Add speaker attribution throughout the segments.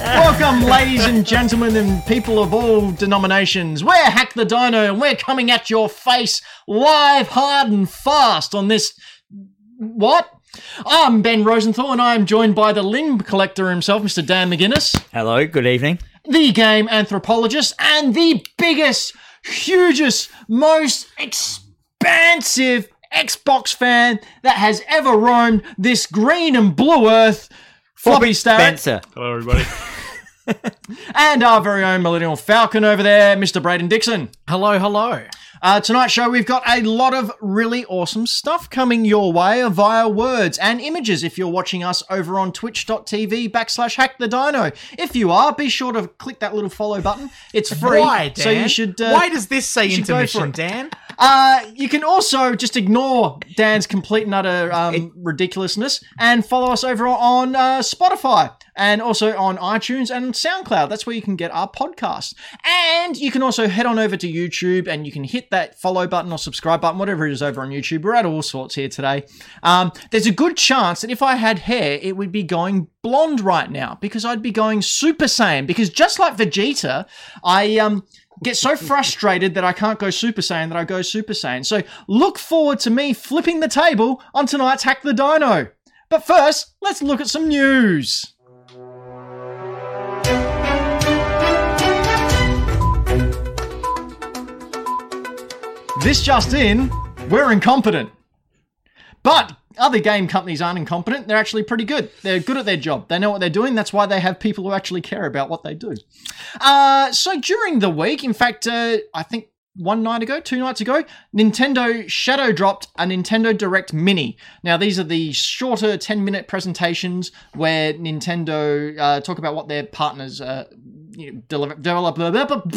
Speaker 1: Welcome, ladies and gentlemen, and people of all denominations. We're Hack the Dino, and we're coming at your face live, hard, and fast on this. What? I'm Ben Rosenthal, and I am joined by the limb collector himself, Mr. Dan McGuinness,
Speaker 2: Hello, good evening.
Speaker 1: the game anthropologist, and the biggest, hugest, most expansive Xbox fan that has ever roamed this green and blue earth. Floppy Starrett.
Speaker 2: Spencer.
Speaker 3: Hello, everybody.
Speaker 1: And our very own Millennial Falcon over there, Mr. Braden Dixon.
Speaker 4: Hello, hello.
Speaker 1: Uh, tonight's show, we've got a lot of really awesome stuff coming your way via words and images if you're watching us over on twitch.tv backslash hack the dino. If you are, be sure to click that little follow button. It's free.
Speaker 4: Why, Dan?
Speaker 1: So you should. Uh,
Speaker 4: Why does this say
Speaker 1: should go for
Speaker 4: intermission,
Speaker 1: it.
Speaker 4: Dan?
Speaker 1: uh, you can also just ignore Dan's complete and utter um, ridiculousness and follow us over on uh, Spotify and also on iTunes and SoundCloud. That's where you can get our podcast. And you can also head on over to YouTube and you can hit that follow button or subscribe button, whatever it is over on YouTube. We're at all sorts here today. Um, there's a good chance that if I had hair, it would be going blonde right now because I'd be going Super Saiyan. Because just like Vegeta, I. Um, get so frustrated that I can't go Super Saiyan that I go Super Saiyan. So look forward to me flipping the table on tonight's Hack the Dino. But first, let's look at some news. This just in, we're incompetent. But other game companies aren't incompetent. They're actually pretty good. They're good at their job. They know what they're doing. That's why they have people who actually care about what they do. Uh, so during the week, in fact, uh, I think one night ago, two nights ago, Nintendo shadow dropped a Nintendo Direct Mini. Now, these are the shorter 10 minute presentations where Nintendo uh, talk about what their partners, uh, you know, deliver, develop,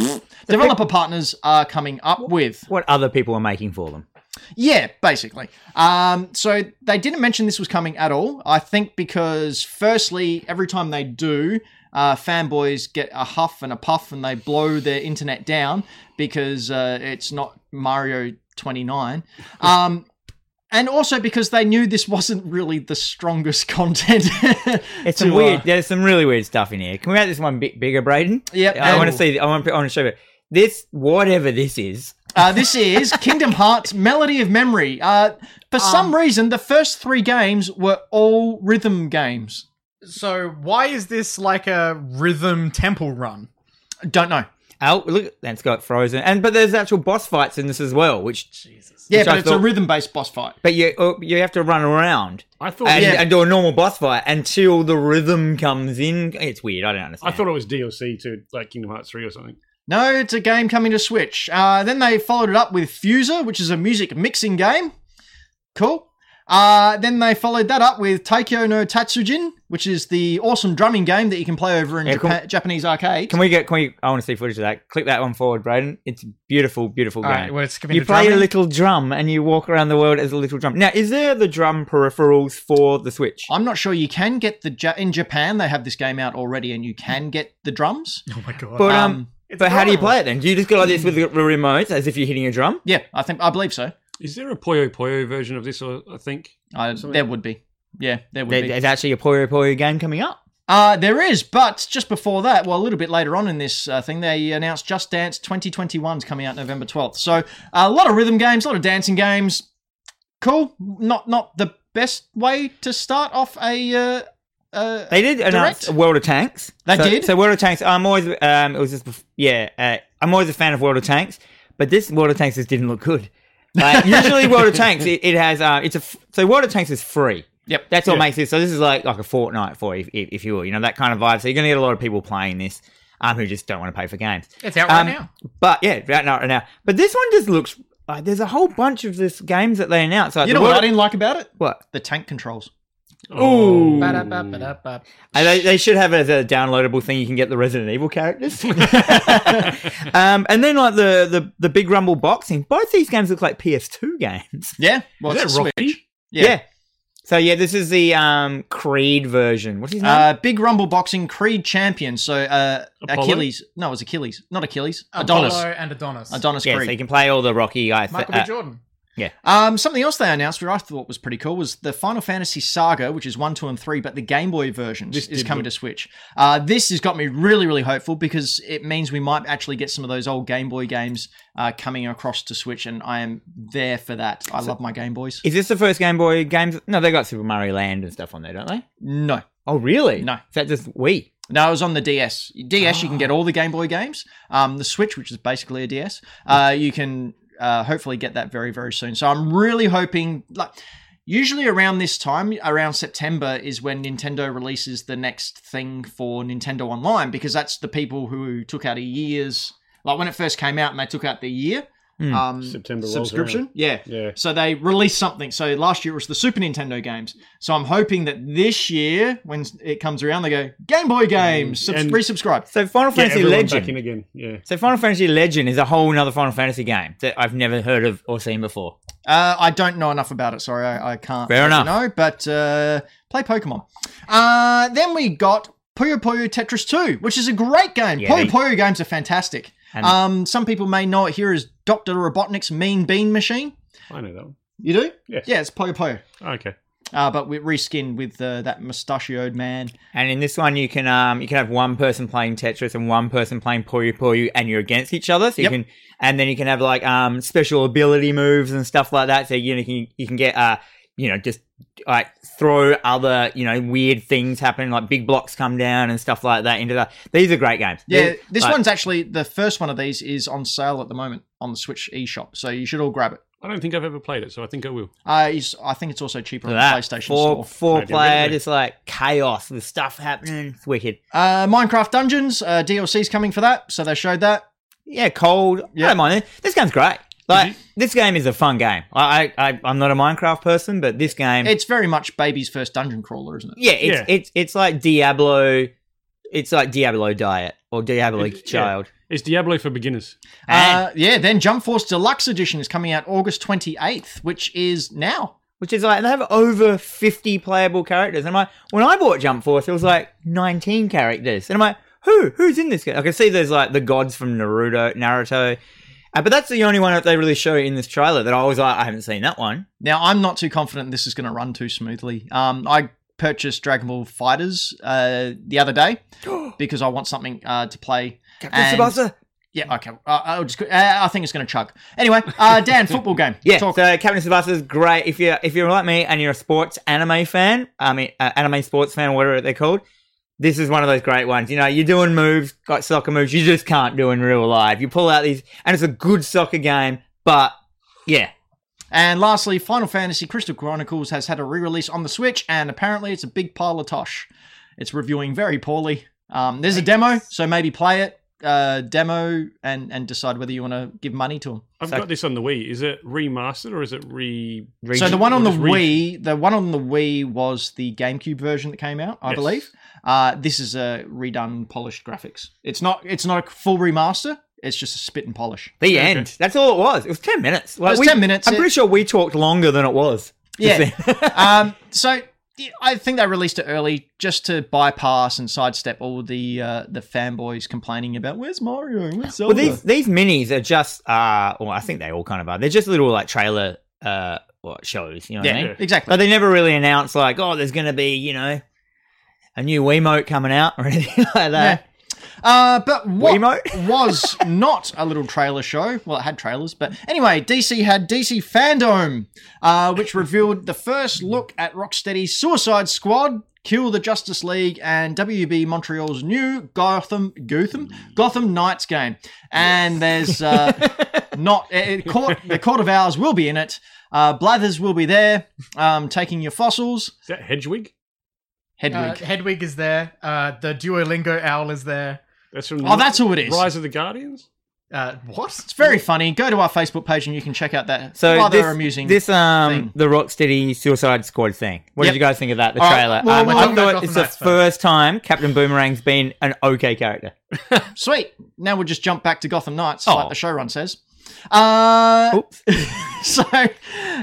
Speaker 1: developer partners are coming up with.
Speaker 2: What other people were making for them?
Speaker 1: Yeah, basically. Um, so they didn't mention this was coming at all. I think because, firstly, every time they do, uh, fanboys get a huff and a puff and they blow their internet down because uh, it's not Mario 29. Um, and also because they knew this wasn't really the strongest content.
Speaker 2: It's
Speaker 1: to,
Speaker 2: some
Speaker 1: uh,
Speaker 2: weird. There's some really weird stuff in here. Can we make this one bit bigger, Braden?
Speaker 1: Yep.
Speaker 2: I want
Speaker 1: And-
Speaker 2: to see. I want. I want to show you this. Whatever this is.
Speaker 1: Uh, this is Kingdom Hearts Melody of Memory. Uh,
Speaker 4: Um,
Speaker 1: for some reason, the first three games were all rhythm games.
Speaker 4: So why is this like a rhythm temple run?
Speaker 1: Don't know.
Speaker 2: Oh, look. That's got Frozen. And but there's actual boss fights in this as well. Which,
Speaker 1: Yeah, but
Speaker 2: Which I
Speaker 1: it's a
Speaker 2: thought-
Speaker 1: rhythm-based boss fight.
Speaker 2: but you oh, you have to run around.
Speaker 3: I thought
Speaker 2: and,
Speaker 1: Oh, Yeah.
Speaker 2: and do a normal boss fight until the rhythm comes in. It's weird. I don't
Speaker 3: I
Speaker 2: understand.
Speaker 3: thought it was DLC to like Kingdom Hearts three or something.
Speaker 1: No, it's a game coming to Switch. Uh, then they followed it up with Fuser, which is a music mixing game. Cool. Uh, then they followed that up with Taikyo no Tatsujin, which is the awesome drumming game that you can play over in
Speaker 2: Yeah, can-
Speaker 1: Japa- Japanese arcade.
Speaker 2: Can we get? Can we? I want to see footage of that. Click that one forward, Braden. It's a beautiful, beautiful
Speaker 4: All
Speaker 2: game.
Speaker 4: right, we're skipping
Speaker 2: You
Speaker 4: to
Speaker 2: play a
Speaker 4: drumming.
Speaker 2: little drum and you walk around the world as a little drum. Now, is there the drum peripherals for the Switch?
Speaker 1: I'm not sure you can get the ja- in Japan. They have this game out already, and you can get the drums.
Speaker 4: Oh my god.
Speaker 2: But um,
Speaker 1: Um,
Speaker 4: It's
Speaker 2: but how do you
Speaker 4: drum.
Speaker 2: play it then? Do you just go like this with the remote as if you're hitting a drum?
Speaker 1: Yeah, I think I believe so.
Speaker 3: Is there a Puyo Puyo version of this? Or I think
Speaker 1: I, there would be. Yeah, there would
Speaker 2: There-
Speaker 1: be.
Speaker 2: There's actually a Puyo Puyo game coming up.
Speaker 1: Uh, there is, but just before that, well, a little bit later on in this uh, thing, they announced Just Dance 2021 is coming out November 12th. So a lot of rhythm games, a lot of dancing games. Cool. Not not the best way to start off a. Uh, uh,
Speaker 2: They did announce
Speaker 1: Direct?
Speaker 2: World of Tanks.
Speaker 1: They
Speaker 2: so,
Speaker 1: did?
Speaker 2: So World of Tanks. I'm always um, it was just bef- yeah. Uh, I'm always a fan of World of Tanks, but this World of Tanks just didn't look good. Like, usually World of Tanks, it, it has uh, it's a f- so World of Tanks is free.
Speaker 1: Yep.
Speaker 2: That's what
Speaker 3: Yeah.
Speaker 2: makes this. So this is like like a Fortnite for you, if, if you will, you know that kind of vibe. So you're gonna get a lot of people playing this, um, who just don't want to pay for games.
Speaker 4: It's out right
Speaker 2: Um,
Speaker 4: now.
Speaker 2: But yeah, right now, right now. But this one just looks like there's a whole bunch of this games that they announced. Like
Speaker 1: you
Speaker 2: the
Speaker 1: know what I
Speaker 2: World-
Speaker 1: didn't like about it?
Speaker 2: What?
Speaker 1: The tank controls.
Speaker 3: Oh,
Speaker 4: Ba-da-ba-ba-da-ba.
Speaker 2: And they, they should have it as a downloadable thing. You can get the Resident Evil characters. um, and then like the, the the big Rumble boxing. Both these games look like PS2 games.
Speaker 1: Yeah. Well,
Speaker 3: is
Speaker 1: it's
Speaker 3: that
Speaker 1: a Switch.
Speaker 3: Rocky?
Speaker 1: Yeah.
Speaker 2: So yeah, this is the um, Creed version. What's his name?
Speaker 1: Uh, Big Rumble Boxing Creed Champion. So uh,
Speaker 3: Um, Apollo?
Speaker 1: Achilles. No, it was Achilles. Not Achilles. Adonis.
Speaker 4: Apollo and Adonis.
Speaker 1: Adonis
Speaker 2: yeah, so
Speaker 1: Creed.
Speaker 2: you can play all the Rocky guys.
Speaker 4: Michael
Speaker 2: uh,
Speaker 4: B. Jordan.
Speaker 2: Yeah.
Speaker 1: Um, something else they announced, which I thought was pretty cool, was the Final Fantasy Saga, which is one, two, and three, but the Game Boy versions
Speaker 3: This
Speaker 1: is
Speaker 3: did
Speaker 1: coming to
Speaker 3: look-
Speaker 1: Switch. Uh, this has got me really, really hopeful because it means we might actually get some of those old Game Boy games uh, coming across to Switch, and I am there for that. I love my Game Boys.
Speaker 2: Is this the first Game Boy games? No, they got Super Mario Land and stuff on there, don't they?
Speaker 1: No,
Speaker 2: Oh, really?
Speaker 1: No.
Speaker 2: Is that just Wii?
Speaker 1: No, it was on the DS. DS, you can get all the Game Boy games. Um, the Switch, which is basically a DS, uh, you can uh, hopefully get that very, very soon. So I'm really hoping, like, usually around this time, around September, is when Nintendo releases the next thing for Nintendo Online because that's the people who took out a year's, like, when it first came out and they took out the year
Speaker 2: Hmm.
Speaker 1: um,
Speaker 3: September rolls
Speaker 1: subscription.
Speaker 3: around.
Speaker 1: Yeah.
Speaker 3: Yeah.
Speaker 1: So they released something. So last year it was the Super Nintendo games. So I'm hoping that this year, when it comes around, they go Game Boy games. Subs-
Speaker 3: And-
Speaker 1: resubscribe.
Speaker 2: So Final
Speaker 3: Get
Speaker 2: Fantasy
Speaker 3: everyone
Speaker 2: Legend.
Speaker 3: back in again. Yeah.
Speaker 2: so Final Fantasy Legend is a whole nother Final Fantasy game that I've never heard of or seen before.
Speaker 1: Uh, I don't know enough about it. Sorry, I, I can't.
Speaker 2: Fair
Speaker 1: let you
Speaker 2: enough.
Speaker 1: know, but uh, play Pokemon. Uh, then we got Puyo Puyo Tetris 2, which is a great game.
Speaker 2: Yeah,
Speaker 1: Puyo
Speaker 2: they-
Speaker 1: Puyo games are fantastic.
Speaker 2: And-
Speaker 1: um, some people may know it here as Doctor Robotnik's Mean Bean Machine.
Speaker 3: I know that one.
Speaker 1: You do?
Speaker 3: Yes.
Speaker 1: Yeah, it's Puyo Puyo.
Speaker 3: Okay.
Speaker 1: Uh, but we reskinned with uh, that mustachioed man.
Speaker 2: And in this one, you can um you can have one person playing Tetris and one person playing Puyo Puyo, and you're against each other. So you
Speaker 1: Yep.
Speaker 2: can, and then you can have like um special ability moves and stuff like that. So you know, you can you can get uh you know just like throw other you know weird things happen like big blocks come down and stuff like that into that. These are great games.
Speaker 1: Yeah,
Speaker 2: They're-
Speaker 1: this
Speaker 2: like-
Speaker 1: one's actually the first one of these is on sale at the moment on the Switch eShop, so you should all grab it.
Speaker 3: I don't think I've ever played it, so I think I will.
Speaker 1: Uh, it's- I think it's also cheaper on the
Speaker 2: That
Speaker 1: PlayStation
Speaker 2: four
Speaker 1: Store.
Speaker 2: four
Speaker 3: Maybe,
Speaker 2: player,
Speaker 3: really.
Speaker 2: just like chaos with stuff happening. It's wicked.
Speaker 1: Uh, Minecraft Dungeons uh, DLC's coming for that, so they showed that.
Speaker 2: Yeah, cold.
Speaker 1: Yeah.
Speaker 2: I don't mind it. This game's great. Like this game is a fun game. I, I, I I'm not a Minecraft person, but this game,
Speaker 1: It's very much baby's first dungeon crawler, isn't it?
Speaker 2: Hmm. yeah, it's,
Speaker 3: Yeah.
Speaker 2: it's it's like Diablo. It's like Diablo Diet or Diablo
Speaker 3: It- yeah.
Speaker 2: Child.
Speaker 3: It's Diablo for beginners.
Speaker 1: Uh, yeah. Then Jump Force Deluxe Edition is coming out August twenty eighth, which is now.
Speaker 2: which is like they have over 50 playable characters. And I'm like, when I bought Jump Force, it was like 19 characters. And I'm like, who? Who's in this game? I can see there's like the gods from Naruto, Naruto. Uh, but that's the only one that they really show in this trailer that I was like, I haven't seen that one.
Speaker 1: Now I'm not too confident this is going to run too smoothly. Um, I purchased Dragon Ball Fighters uh, the other day because I want something uh, to play. And-
Speaker 2: Tsubasa.
Speaker 1: Yeah, okay. Uh, I'll just. Uh, I think it's going to chug. Anyway, uh, Dan, football game.
Speaker 2: Yeah,
Speaker 1: Talk-
Speaker 2: so Captain Tsubasa is great. If you're if you're like me and you're a sports anime fan, I mean uh, anime sports fan, whatever they're called, this is one of those great ones. You know, you're doing moves, got soccer moves, you just can't do in real life. You pull out these, and it's a good soccer game, but yeah,
Speaker 1: and lastly, Final Fantasy Crystal Chronicles has had a re-release on the Switch, and apparently it's a big pile of tosh. It's reviewing very poorly. Um, there's a demo, so maybe play it, uh, demo, and and decide whether you want to give money to them.
Speaker 3: I've
Speaker 2: So-
Speaker 3: got this on the Wii. Is it remastered or is it re?
Speaker 1: So the one on
Speaker 3: or
Speaker 1: the
Speaker 3: just re-
Speaker 1: Wii, the one on the Wii was the GameCube version that came out, I
Speaker 3: Yes.
Speaker 1: believe. Uh, this is a redone, polished graphics. It's not. It's not a full remaster. It's just a spit and polish.
Speaker 2: the
Speaker 3: Okay.
Speaker 2: end. That's all it was. It was ten minutes. Like,
Speaker 1: was
Speaker 2: we-
Speaker 1: 10 minutes.
Speaker 2: I'm
Speaker 1: It-
Speaker 2: pretty sure we talked longer than it was.
Speaker 1: Yeah. um, so yeah, I think they released it early just to bypass and sidestep all the uh, the fanboys complaining about where's Mario, where's Zelda.
Speaker 2: Well, these these minis are just uh, well, I think they all kind of are. They're just little like trailer uh what shows. You know what I mean?
Speaker 1: yeah, exactly.
Speaker 2: But they never really announced like, oh, there's going to be, you know, a new Wiimote coming out or anything like
Speaker 1: Yeah.
Speaker 2: that.
Speaker 1: Uh, but what
Speaker 2: Wiimote?
Speaker 1: was not a little trailer show? Well, it had trailers, but anyway, DC had DC Fandom, uh, which revealed the first look at Rocksteady's Suicide Squad, Kill the Justice League, and WB Montreal's new Gotham Gotham Gotham Knights game. And there's uh, not it, it- court, the Court of Owls will be in it. Uh, Blathers will be there, um, taking your fossils.
Speaker 3: Is that Hedwig?
Speaker 1: Hedwig.
Speaker 4: Uh, Hedwig is there. Uh, the Duolingo owl is there.
Speaker 3: That's from.
Speaker 1: oh, that's who it is.
Speaker 3: Rise of the Guardians.
Speaker 4: Uh, what?
Speaker 1: It's very funny. Go to our Facebook page and you can check out that
Speaker 2: So
Speaker 1: rather
Speaker 2: this,
Speaker 1: amusing.
Speaker 2: this um
Speaker 1: thing.
Speaker 2: the Rocksteady Suicide Squad thing. What
Speaker 1: Yep.
Speaker 2: did you guys think of that? The
Speaker 1: All right,
Speaker 2: trailer.
Speaker 1: well,
Speaker 2: um,
Speaker 1: we'll-
Speaker 2: I
Speaker 4: we'll-
Speaker 2: thought
Speaker 4: Gotham
Speaker 2: it's the
Speaker 4: Knights first.
Speaker 2: first time Captain Boomerang's been an okay character.
Speaker 1: Sweet. Now we'll just jump back to Gotham Knights,
Speaker 2: Oh.
Speaker 1: like the showrun says. Uh,
Speaker 2: Oops.
Speaker 1: so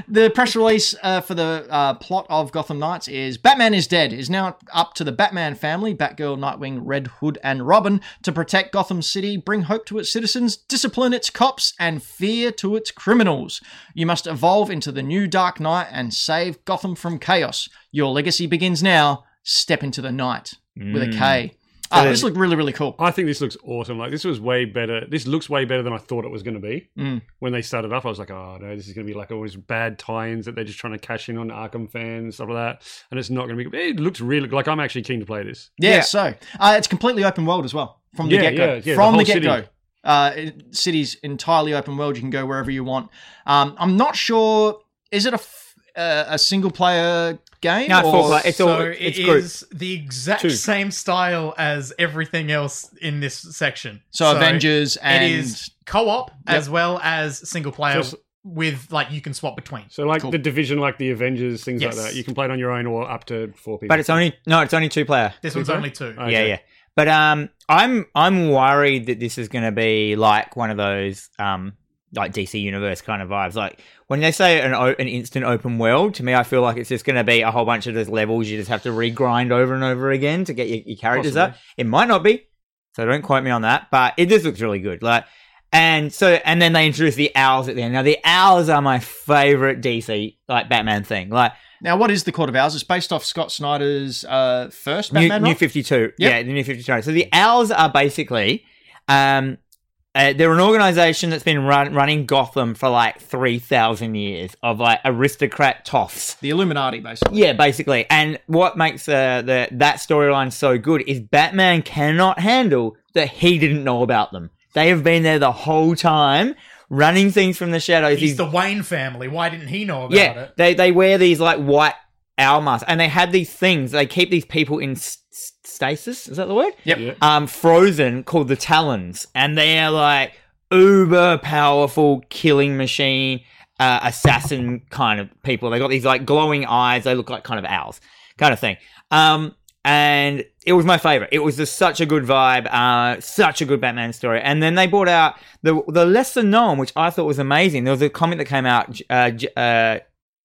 Speaker 1: the press release uh, for the uh, plot of Gotham Knights is Batman is dead is now up to the Batman family, Batgirl, Nightwing, Red Hood, and Robin to protect Gotham City, bring hope to its citizens, discipline its cops, and fear to its criminals. You must evolve into the new Dark Knight and save Gotham from chaos. Your legacy begins now. Step into the night with a
Speaker 2: Mm.
Speaker 1: K. Uh, this looked really, really cool.
Speaker 3: I think this looks awesome. Like this was way better. This looks way better than I thought it was going to be.
Speaker 1: Mm.
Speaker 3: When they started up, I was like, oh no, this is going to be like all these bad tie-ins that they're just trying to cash in on Arkham fans and stuff like that. And it's not going to be. It looks really like I'm actually keen to play this.
Speaker 1: Yeah,
Speaker 2: Yeah.
Speaker 1: so uh, it's completely open world as well from the
Speaker 3: Yeah,
Speaker 1: get go.
Speaker 3: yeah, yeah, the
Speaker 1: from the,
Speaker 3: whole
Speaker 1: get go,
Speaker 3: city.
Speaker 1: uh, it- city's entirely open world. You can go wherever you want. Um, I'm not sure. Is it a f- uh, a single player game?
Speaker 2: No,
Speaker 1: or-
Speaker 2: full play. Uh, It's
Speaker 4: so
Speaker 2: all.
Speaker 4: it
Speaker 2: It's group.
Speaker 4: is the exact
Speaker 3: Two.
Speaker 4: same style as everything else in this section.
Speaker 1: So, Avengers and
Speaker 4: It is co-op as well as single player
Speaker 3: So-
Speaker 4: with like you can swap between.
Speaker 3: So like
Speaker 1: Cool.
Speaker 3: the division, like the Avengers, things
Speaker 4: Yes.
Speaker 3: like that. You can play it on your own or up to four people.
Speaker 2: But it's only no. It's only two player.
Speaker 4: This
Speaker 3: Two
Speaker 4: one's
Speaker 3: player?
Speaker 4: only two.
Speaker 3: Oh,
Speaker 2: Yeah,
Speaker 3: okay.
Speaker 2: yeah. But um, I'm I'm worried that this is going to be like one of those um like DC Universe kind of vibes. Like when they say an o- an instant open world, to me, I feel like it's just going to be a whole bunch of those levels you just have to regrind over and over again to get your, your characters up. It might not be, so don't quote me on that. But it just looks really good. Like. And so, and then they introduce the owls at the end. Now, the owls are my favorite DC, like Batman thing. Like,
Speaker 1: now, what is the Court of Owls? It's based off Scott Snyder's uh, first
Speaker 2: New,
Speaker 1: Batman.
Speaker 2: New
Speaker 1: right?
Speaker 2: 52.
Speaker 1: Yep.
Speaker 2: Yeah, the New 52. So the Owls are basically, um, uh, they're an organization that's been run, running Gotham for like 3,000 years of like aristocrat toffs.
Speaker 1: the Illuminati, basically.
Speaker 2: Yeah, basically. And what makes uh, the, that storyline so good is Batman cannot handle that he didn't know about them. They have been there the whole time, running things from the shadows.
Speaker 4: He's the Wayne family. Why didn't he know about
Speaker 2: yeah,
Speaker 4: it?
Speaker 2: they they wear these like white owl masks, and they had these things. They keep these people in s- s- stasis. Is that the word?
Speaker 1: Yep.
Speaker 3: Yeah.
Speaker 2: Um, frozen, called the Talons, and they are like uber powerful killing machine, uh, assassin kind of people. They got these like glowing eyes. They look like kind of owls, kind of thing. Um, and it was my favorite. It was just such a good vibe, uh, such a good Batman story. And then they brought out the the lesser known, which I thought was amazing. There was a comic that came out, uh, j- uh,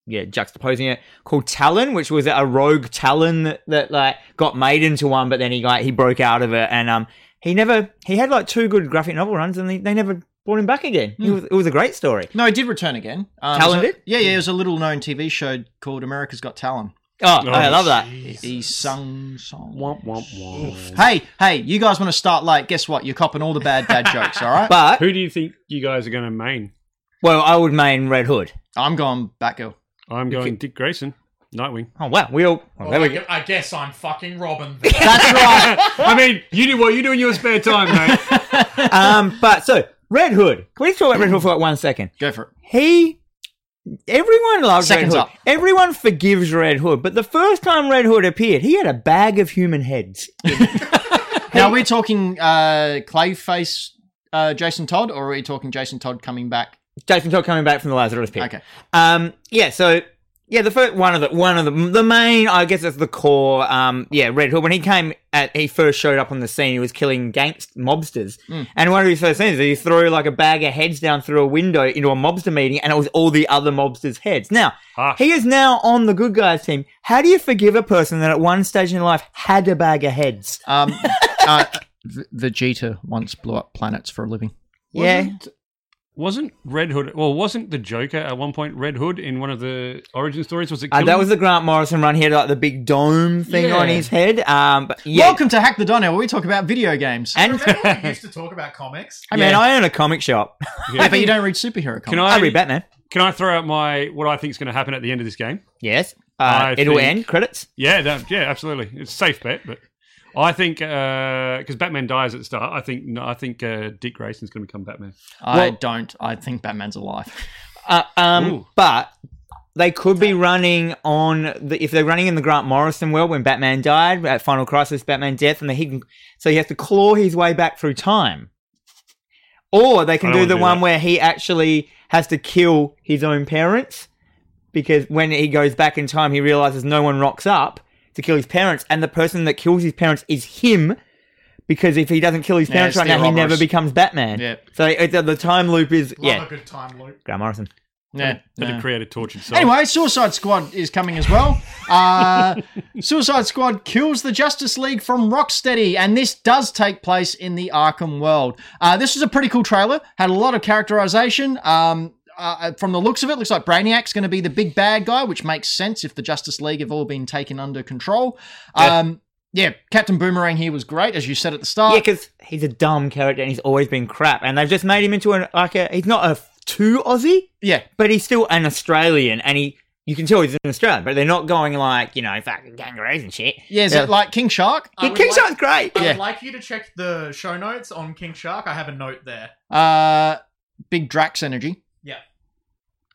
Speaker 2: yeah, juxtaposing it called Talon, which was a rogue Talon that, that like got made into one, but then he like he broke out of it, and um, he never he had like two good graphic novel runs, and they, they never brought him back again. It was it was a great story.
Speaker 1: No, it did return again. Um,
Speaker 2: Talon
Speaker 1: it was a-
Speaker 2: did?
Speaker 1: Yeah, yeah. It was a little known TV show called America's Got Talent.
Speaker 2: Oh, I
Speaker 3: Oh,
Speaker 2: love that.
Speaker 1: He sung songs.
Speaker 3: Womp womp womp.
Speaker 1: Hey, hey, you guys want to start late? Guess what? You're copping all the bad dad jokes, all right?
Speaker 2: But
Speaker 3: Who do you think you guys are going to main?
Speaker 2: well, I would main Red Hood.
Speaker 1: I'm going Batgirl.
Speaker 3: I'm going Dick Grayson, Nightwing.
Speaker 2: Oh wow, we all well,
Speaker 4: Well,
Speaker 2: there
Speaker 4: I,
Speaker 2: we go.
Speaker 4: gu- I guess I'm fucking Robin.
Speaker 1: That's right.
Speaker 3: I mean, you do what you do in your spare time, mate.
Speaker 2: Um, but so Red Hood. Can we just talk about Red Hood for like one second?
Speaker 1: Go for it.
Speaker 2: he everyone loves
Speaker 1: Seconds
Speaker 2: Red
Speaker 1: up.
Speaker 2: Hood. Everyone forgives Red Hood, but the first time Red Hood appeared, he had a bag of human heads.
Speaker 1: Now we're talking uh, Clayface, uh, Jason Todd, or are we talking Jason Todd coming back?
Speaker 2: Jason Todd coming back from the Lazarus pit.
Speaker 1: Okay.
Speaker 2: Um. Yeah. So. Yeah, the first one of the one of the the main, I guess, that's the core. Um, yeah, Red Hood. When he came, at, he first showed up on the scene. He was killing gangst mobsters,
Speaker 1: Mm.
Speaker 2: and one of his first things, he threw like a bag of heads down through a window into a mobster meeting, and it was all the other mobsters' heads. Now,
Speaker 3: Harsh.
Speaker 2: He is now on the good guys team. How do you forgive a person that at one stage in life had a bag of heads?
Speaker 1: Um, uh, v- Vegeta once blew up planets for a living.
Speaker 2: Yeah.
Speaker 3: Wasn't, wasn't Red Hood? Well, wasn't the Joker at one point Red Hood in one of the origin stories? Was it?
Speaker 2: Uh,
Speaker 3: Killing?
Speaker 2: that was the Grant Morrison run. He had like the big dome thing
Speaker 1: Yeah.
Speaker 2: on his head. Um, but yeah.
Speaker 1: Welcome to Hack the Dino, where we talk about video games.
Speaker 2: And
Speaker 4: Remember when we used to talk about comics?
Speaker 2: I mean,
Speaker 1: Yeah.
Speaker 2: I own a comic shop.
Speaker 1: I bet you don't read superhero comics.
Speaker 3: Can
Speaker 2: I
Speaker 3: I?
Speaker 2: read Batman.
Speaker 3: Can I throw out my what I think is going to happen at the end of this game?
Speaker 2: Yes.
Speaker 3: I
Speaker 2: Uh, it'll
Speaker 3: think-
Speaker 2: end credits.
Speaker 3: Yeah, that, yeah, absolutely. It's a safe bet, but I think because Batman dies at the start, I think no, I think uh, Dick Grayson's going to become Batman.
Speaker 1: I
Speaker 2: Well-
Speaker 1: don't. I think Batman's alive.
Speaker 2: Uh, um,
Speaker 3: Ooh.
Speaker 2: but they could be running on the, if they're running in the Grant Morrison world when Batman died at Final Crisis, Batman Death, and the can So he has to claw his way back through time. Or they can
Speaker 3: I
Speaker 2: do
Speaker 3: don't
Speaker 2: the
Speaker 3: wanna do
Speaker 2: one
Speaker 3: that.
Speaker 2: where he actually has to kill his own parents because when he goes back in time, he realizes no one rocks up to kill his parents, and the person that kills his parents is him. because if he doesn't kill his
Speaker 1: Yeah,
Speaker 2: parents
Speaker 1: it's
Speaker 2: right now,
Speaker 1: the
Speaker 2: he never
Speaker 1: robbers.
Speaker 2: becomes Batman.
Speaker 1: Yeah.
Speaker 2: So it, the, the time loop is
Speaker 4: Love
Speaker 2: yeah.
Speaker 4: a good time loop.
Speaker 2: Graham Morrison.
Speaker 1: Yeah.
Speaker 3: Had
Speaker 1: no.
Speaker 3: to create a tortured soul.
Speaker 1: Anyway, Suicide Squad is coming as well. Uh, Suicide Squad kills the Justice League from Rocksteady, and this does take place in the Arkham world. Uh, this was a pretty cool trailer. Had a lot of characterization. Um, uh, from the looks of it, looks like Brainiac's going to be the big bad guy, which makes sense if the Justice League have all been taken under control.
Speaker 2: Yeah.
Speaker 1: Um, yeah, Captain Boomerang here was great, as you said at the
Speaker 2: Yeah,
Speaker 4: Oh.
Speaker 1: start.
Speaker 2: because he's a dumb character and he's always been crap, and they've just made him into an like a he's not a f- too Aussie,
Speaker 1: yeah,
Speaker 2: but he's still an Australian, and he you can tell he's an Australian, but they're not going like you know fucking kangaroos and shit.
Speaker 1: yeah. Is
Speaker 2: Yeah.
Speaker 1: it like King Shark?
Speaker 4: I
Speaker 2: Yeah,
Speaker 4: would
Speaker 2: King
Speaker 4: like-
Speaker 2: Shark's great.
Speaker 4: I
Speaker 1: Yeah.
Speaker 4: would like you to check the show notes on King Shark. I have a note there.
Speaker 1: Uh, big Drax energy.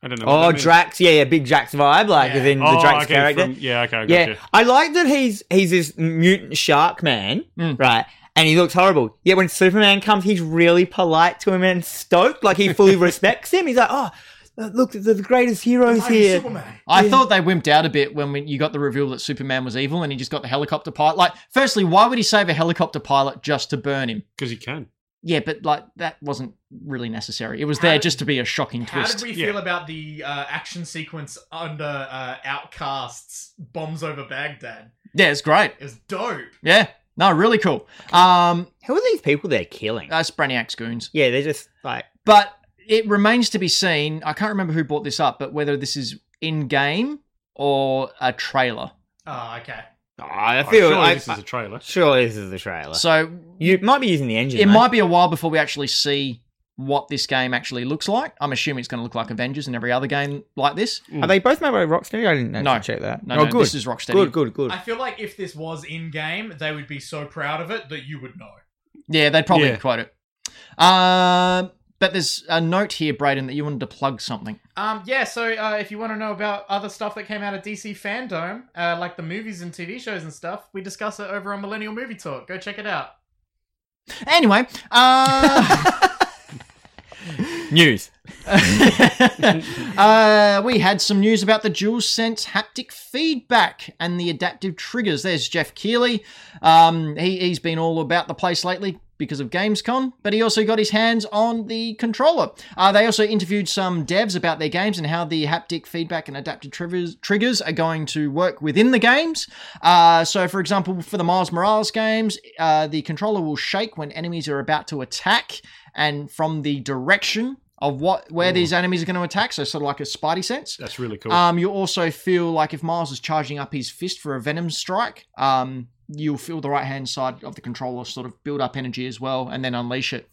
Speaker 3: I don't know. what
Speaker 2: Oh,
Speaker 3: that means.
Speaker 2: Drax, yeah, yeah, big Drax vibe, like
Speaker 4: Yeah.
Speaker 2: within the
Speaker 3: Oh,
Speaker 2: Drax
Speaker 3: okay,
Speaker 2: character.
Speaker 3: from- yeah, okay, I
Speaker 2: yeah,
Speaker 3: gotcha.
Speaker 2: I like that he's he's this mutant shark man,
Speaker 4: Hmm.
Speaker 1: Mm.
Speaker 2: right? And he looks horrible. Yet when Superman comes, he's really polite to him and stoked, like he fully respects him. He's like, oh, look, the, the greatest heroes
Speaker 4: Mighty
Speaker 2: here.
Speaker 4: Superman.
Speaker 1: I
Speaker 2: Oh, Yeah.
Speaker 1: thought they wimped out a bit when we, you got the reveal that Superman was evil and he just got the helicopter pilot. Like, firstly, why would he save a helicopter pilot just to burn him?
Speaker 3: Because he can.
Speaker 1: Yeah, but like that wasn't really necessary. It was there
Speaker 4: How-
Speaker 1: just to be a shocking
Speaker 4: How
Speaker 1: twist.
Speaker 4: did we
Speaker 3: Yeah.
Speaker 4: feel about the uh, action sequence under uh, Outcasts Bombs Over Baghdad?
Speaker 1: yeah, it's great.
Speaker 4: It was dope.
Speaker 1: Yeah, no, really cool. Um,
Speaker 2: Who are these people they're killing?
Speaker 1: that's Brainiac's goons.
Speaker 2: yeah, they're just like
Speaker 1: But it remains to be seen. I can't remember who brought this up, but whether this is in game or a trailer.
Speaker 4: Oh, okay.
Speaker 2: oh, I
Speaker 3: Oh,
Speaker 2: feel
Speaker 3: surely
Speaker 2: like
Speaker 3: this is a trailer.
Speaker 2: surely this is the trailer.
Speaker 1: So
Speaker 2: you might be using the engine.
Speaker 1: it
Speaker 2: mate.
Speaker 1: might be a while before we actually see what this game actually looks like. I'm assuming it's going to look like Avengers and every other game like this.
Speaker 2: Are they both made by Rocksteady? I didn't actually
Speaker 1: No.
Speaker 2: check that.
Speaker 1: No,
Speaker 2: oh,
Speaker 1: no,
Speaker 2: good.
Speaker 1: this is Rocksteady.
Speaker 2: good, good, good.
Speaker 4: I feel like if this was in game, they would be so proud of it that you would know.
Speaker 1: Yeah, they'd probably
Speaker 3: Yeah.
Speaker 1: quote it. Um, but there's a note here, Braden, that you wanted to plug something.
Speaker 4: Um, yeah, so uh, if you want to know about other stuff that came out of DC fandom, uh, like the movies and TV shows and stuff, we discuss it over on Millennial Movie Talk. Go check it out.
Speaker 1: Anyway, uh,
Speaker 2: News.
Speaker 1: uh, we had some news about the DualSense haptic feedback and the adaptive triggers. There's Jeff Keighley. Um, he, he's been all about the place lately because of Gamescon, but he also got his hands on the controller. Uh, they also interviewed some devs about their games and how the haptic feedback and adaptive triggers, triggers are going to work within the games. Uh, so, for example, for the Miles Morales games, uh, the controller will shake when enemies are about to attack and from the direction of what where these enemies are going to attack. So, sort of like a spidey sense.
Speaker 3: Mm. That's really cool.
Speaker 2: Uh,
Speaker 1: Um, you'll also feel like if Miles is charging up his fist for a Venom strike, um, you'll feel the right hand side of the controller sort of build up energy as well and then unleash it.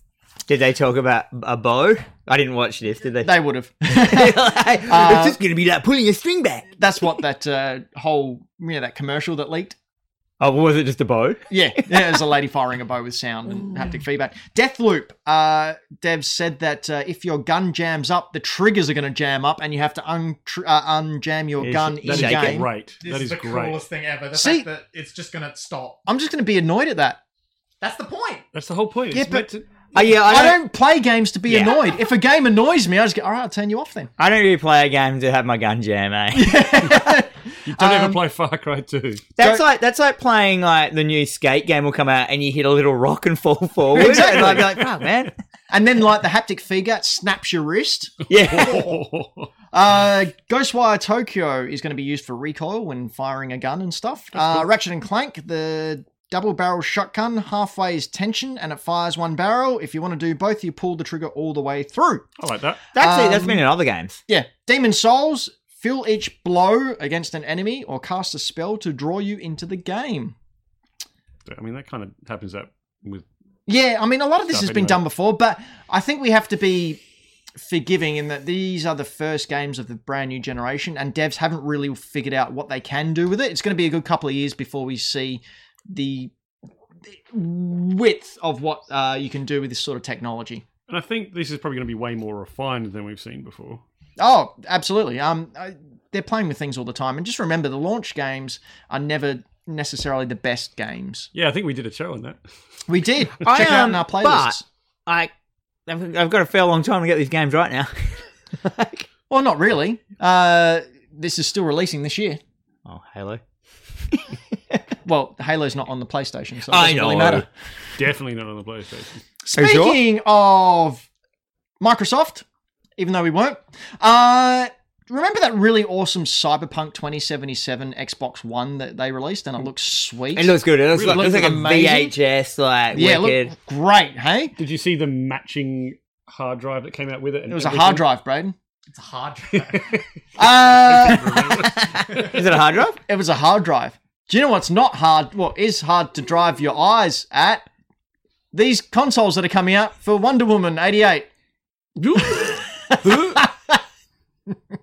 Speaker 2: Did they talk about a bow? I didn't watch this. Did they?
Speaker 1: They Uh, would have.
Speaker 2: it's just gonna be like pulling a string back.
Speaker 1: That's what that uh, whole, you know, that commercial that leaked.
Speaker 2: Oh, was it just a bow?
Speaker 1: Yeah, yeah, there's a lady firing a bow with sound and
Speaker 3: Mm.
Speaker 1: haptic feedback. Deathloop, uh, Dev said that uh, if your gun jams up, the triggers are going to jam up, and you have to un- tr- uh, unjam your
Speaker 3: Yes,
Speaker 1: gun
Speaker 3: that
Speaker 1: in
Speaker 3: is
Speaker 2: shaking.
Speaker 1: game.
Speaker 3: great.
Speaker 4: This
Speaker 3: that is
Speaker 4: the
Speaker 3: great.
Speaker 4: coolest thing ever. The
Speaker 1: See-
Speaker 4: fact that it's just going to stop.
Speaker 1: I'm just going to be annoyed at that.
Speaker 4: That's the point.
Speaker 3: That's the whole point.
Speaker 1: Yeah,
Speaker 3: It's
Speaker 1: but-
Speaker 3: meant to-
Speaker 2: Oh yeah,
Speaker 1: I don't play games to be
Speaker 2: Yeah.
Speaker 1: annoyed. If a game annoys me, I just go, all right, I'll turn you off then.
Speaker 2: I don't really play a game to have my gun jam, eh?
Speaker 3: you don't
Speaker 1: Um,
Speaker 3: ever play Far Cry 2.
Speaker 2: That's
Speaker 1: Don't-
Speaker 2: like that's like playing like the new skate game will come out and you hit a little rock and fall forward.
Speaker 1: Exactly.
Speaker 2: And I'd be like, fuck man.
Speaker 1: and then, like, the haptic feedback snaps your wrist.
Speaker 2: Yeah.
Speaker 1: Uh, Ghostwire Tokyo is going to be used for recoil when firing a gun and stuff. Uh, Ratchet and Clank, the double barrel shotgun, halfway is tension and it fires one barrel. If you want to do both, you pull the trigger all the way through.
Speaker 3: I like that.
Speaker 2: That's it, that's
Speaker 1: Um,
Speaker 2: been in other games.
Speaker 1: Yeah. Demon Souls, fill each blow against an enemy or cast a spell to draw you into the game.
Speaker 3: I mean, that kind of happens that with.
Speaker 1: Yeah, I mean, a lot of this
Speaker 3: Stuff
Speaker 1: has been
Speaker 3: anyway.
Speaker 1: done before, but I think we have to be forgiving in that these are the first games of the brand new generation, and devs haven't really figured out what they can do with it. It's going to be a good couple of years before we see the width of what uh, you can do with this sort of technology.
Speaker 3: And I think this is probably going to be way more refined than we've seen before.
Speaker 1: Oh, absolutely. Um, I, they're playing with things all the time, and just remember, the launch games are never necessarily the best games.
Speaker 3: Yeah, I think we did a show on that.
Speaker 1: We did check
Speaker 2: I,
Speaker 1: it out in
Speaker 2: um,
Speaker 1: our
Speaker 2: but-
Speaker 1: playlists.
Speaker 2: I I've, I've got a fair long time to get these games right now. Like-
Speaker 1: Well, not really. Uh, this is still releasing this year.
Speaker 2: oh, Halo.
Speaker 1: well, Halo's not on the PlayStation, so it
Speaker 2: I
Speaker 1: doesn't really
Speaker 2: know.
Speaker 1: matter.
Speaker 3: Definitely not on the PlayStation.
Speaker 2: Are you sure?
Speaker 1: Speaking of Microsoft, even though we won't, uh, remember that really awesome Cyberpunk 2077 Xbox One that they released, and it looks sweet.
Speaker 2: It looks good. It looks,
Speaker 3: Really
Speaker 2: like, it looks
Speaker 1: looks
Speaker 2: like
Speaker 1: amazing.
Speaker 2: a VHS, like
Speaker 1: yeah, it
Speaker 2: wicked.
Speaker 1: looked great. Hey,
Speaker 3: Did you see the matching hard drive that came out with it? and
Speaker 1: it was a
Speaker 3: everything?
Speaker 1: hard drive, Braden.
Speaker 4: It's a hard drive.
Speaker 1: Uh,
Speaker 2: Is it a hard drive?
Speaker 1: it was a hard drive. Do you know what's not hard? What is hard to drive your eyes at? These consoles that are coming out for Wonder Woman 88.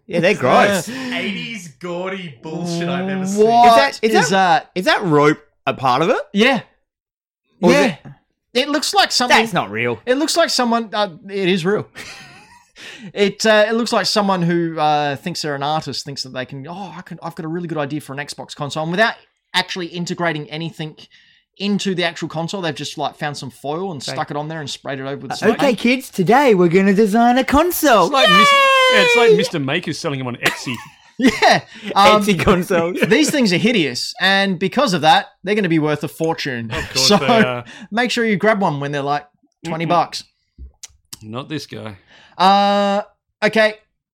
Speaker 2: Yeah, they're gross. is
Speaker 4: 80s gaudy bullshit I've never seen.
Speaker 1: What
Speaker 2: that- is
Speaker 1: is that?
Speaker 2: that rope a part of it?
Speaker 1: Yeah.
Speaker 2: Or is
Speaker 1: yeah.
Speaker 2: it-
Speaker 1: It looks like something.
Speaker 2: That's not real.
Speaker 1: It looks like someone. Uh, it is real. it uh, it looks like someone who uh, thinks they're an artist thinks that they can. Oh, I can. I've got a really good idea for an Xbox console, and without actually integrating anything into the actual console, they've just like found some foil and stuck it on there and sprayed it over with. spray.
Speaker 2: Uh, Okay, kids, today we're going to design a console.
Speaker 3: It's like, Mis- yeah, it's like Mr. Maker's selling them on Etsy.
Speaker 1: Yeah. Um,
Speaker 2: Etsy consoles.
Speaker 1: these things are hideous, and because of that, they're going to be worth a fortune.
Speaker 3: Of course
Speaker 1: so
Speaker 3: they uh, are.
Speaker 1: make sure you grab one when they're like 20
Speaker 2: Mm-hmm.
Speaker 1: bucks.
Speaker 3: Not this guy.
Speaker 1: Uh, okay,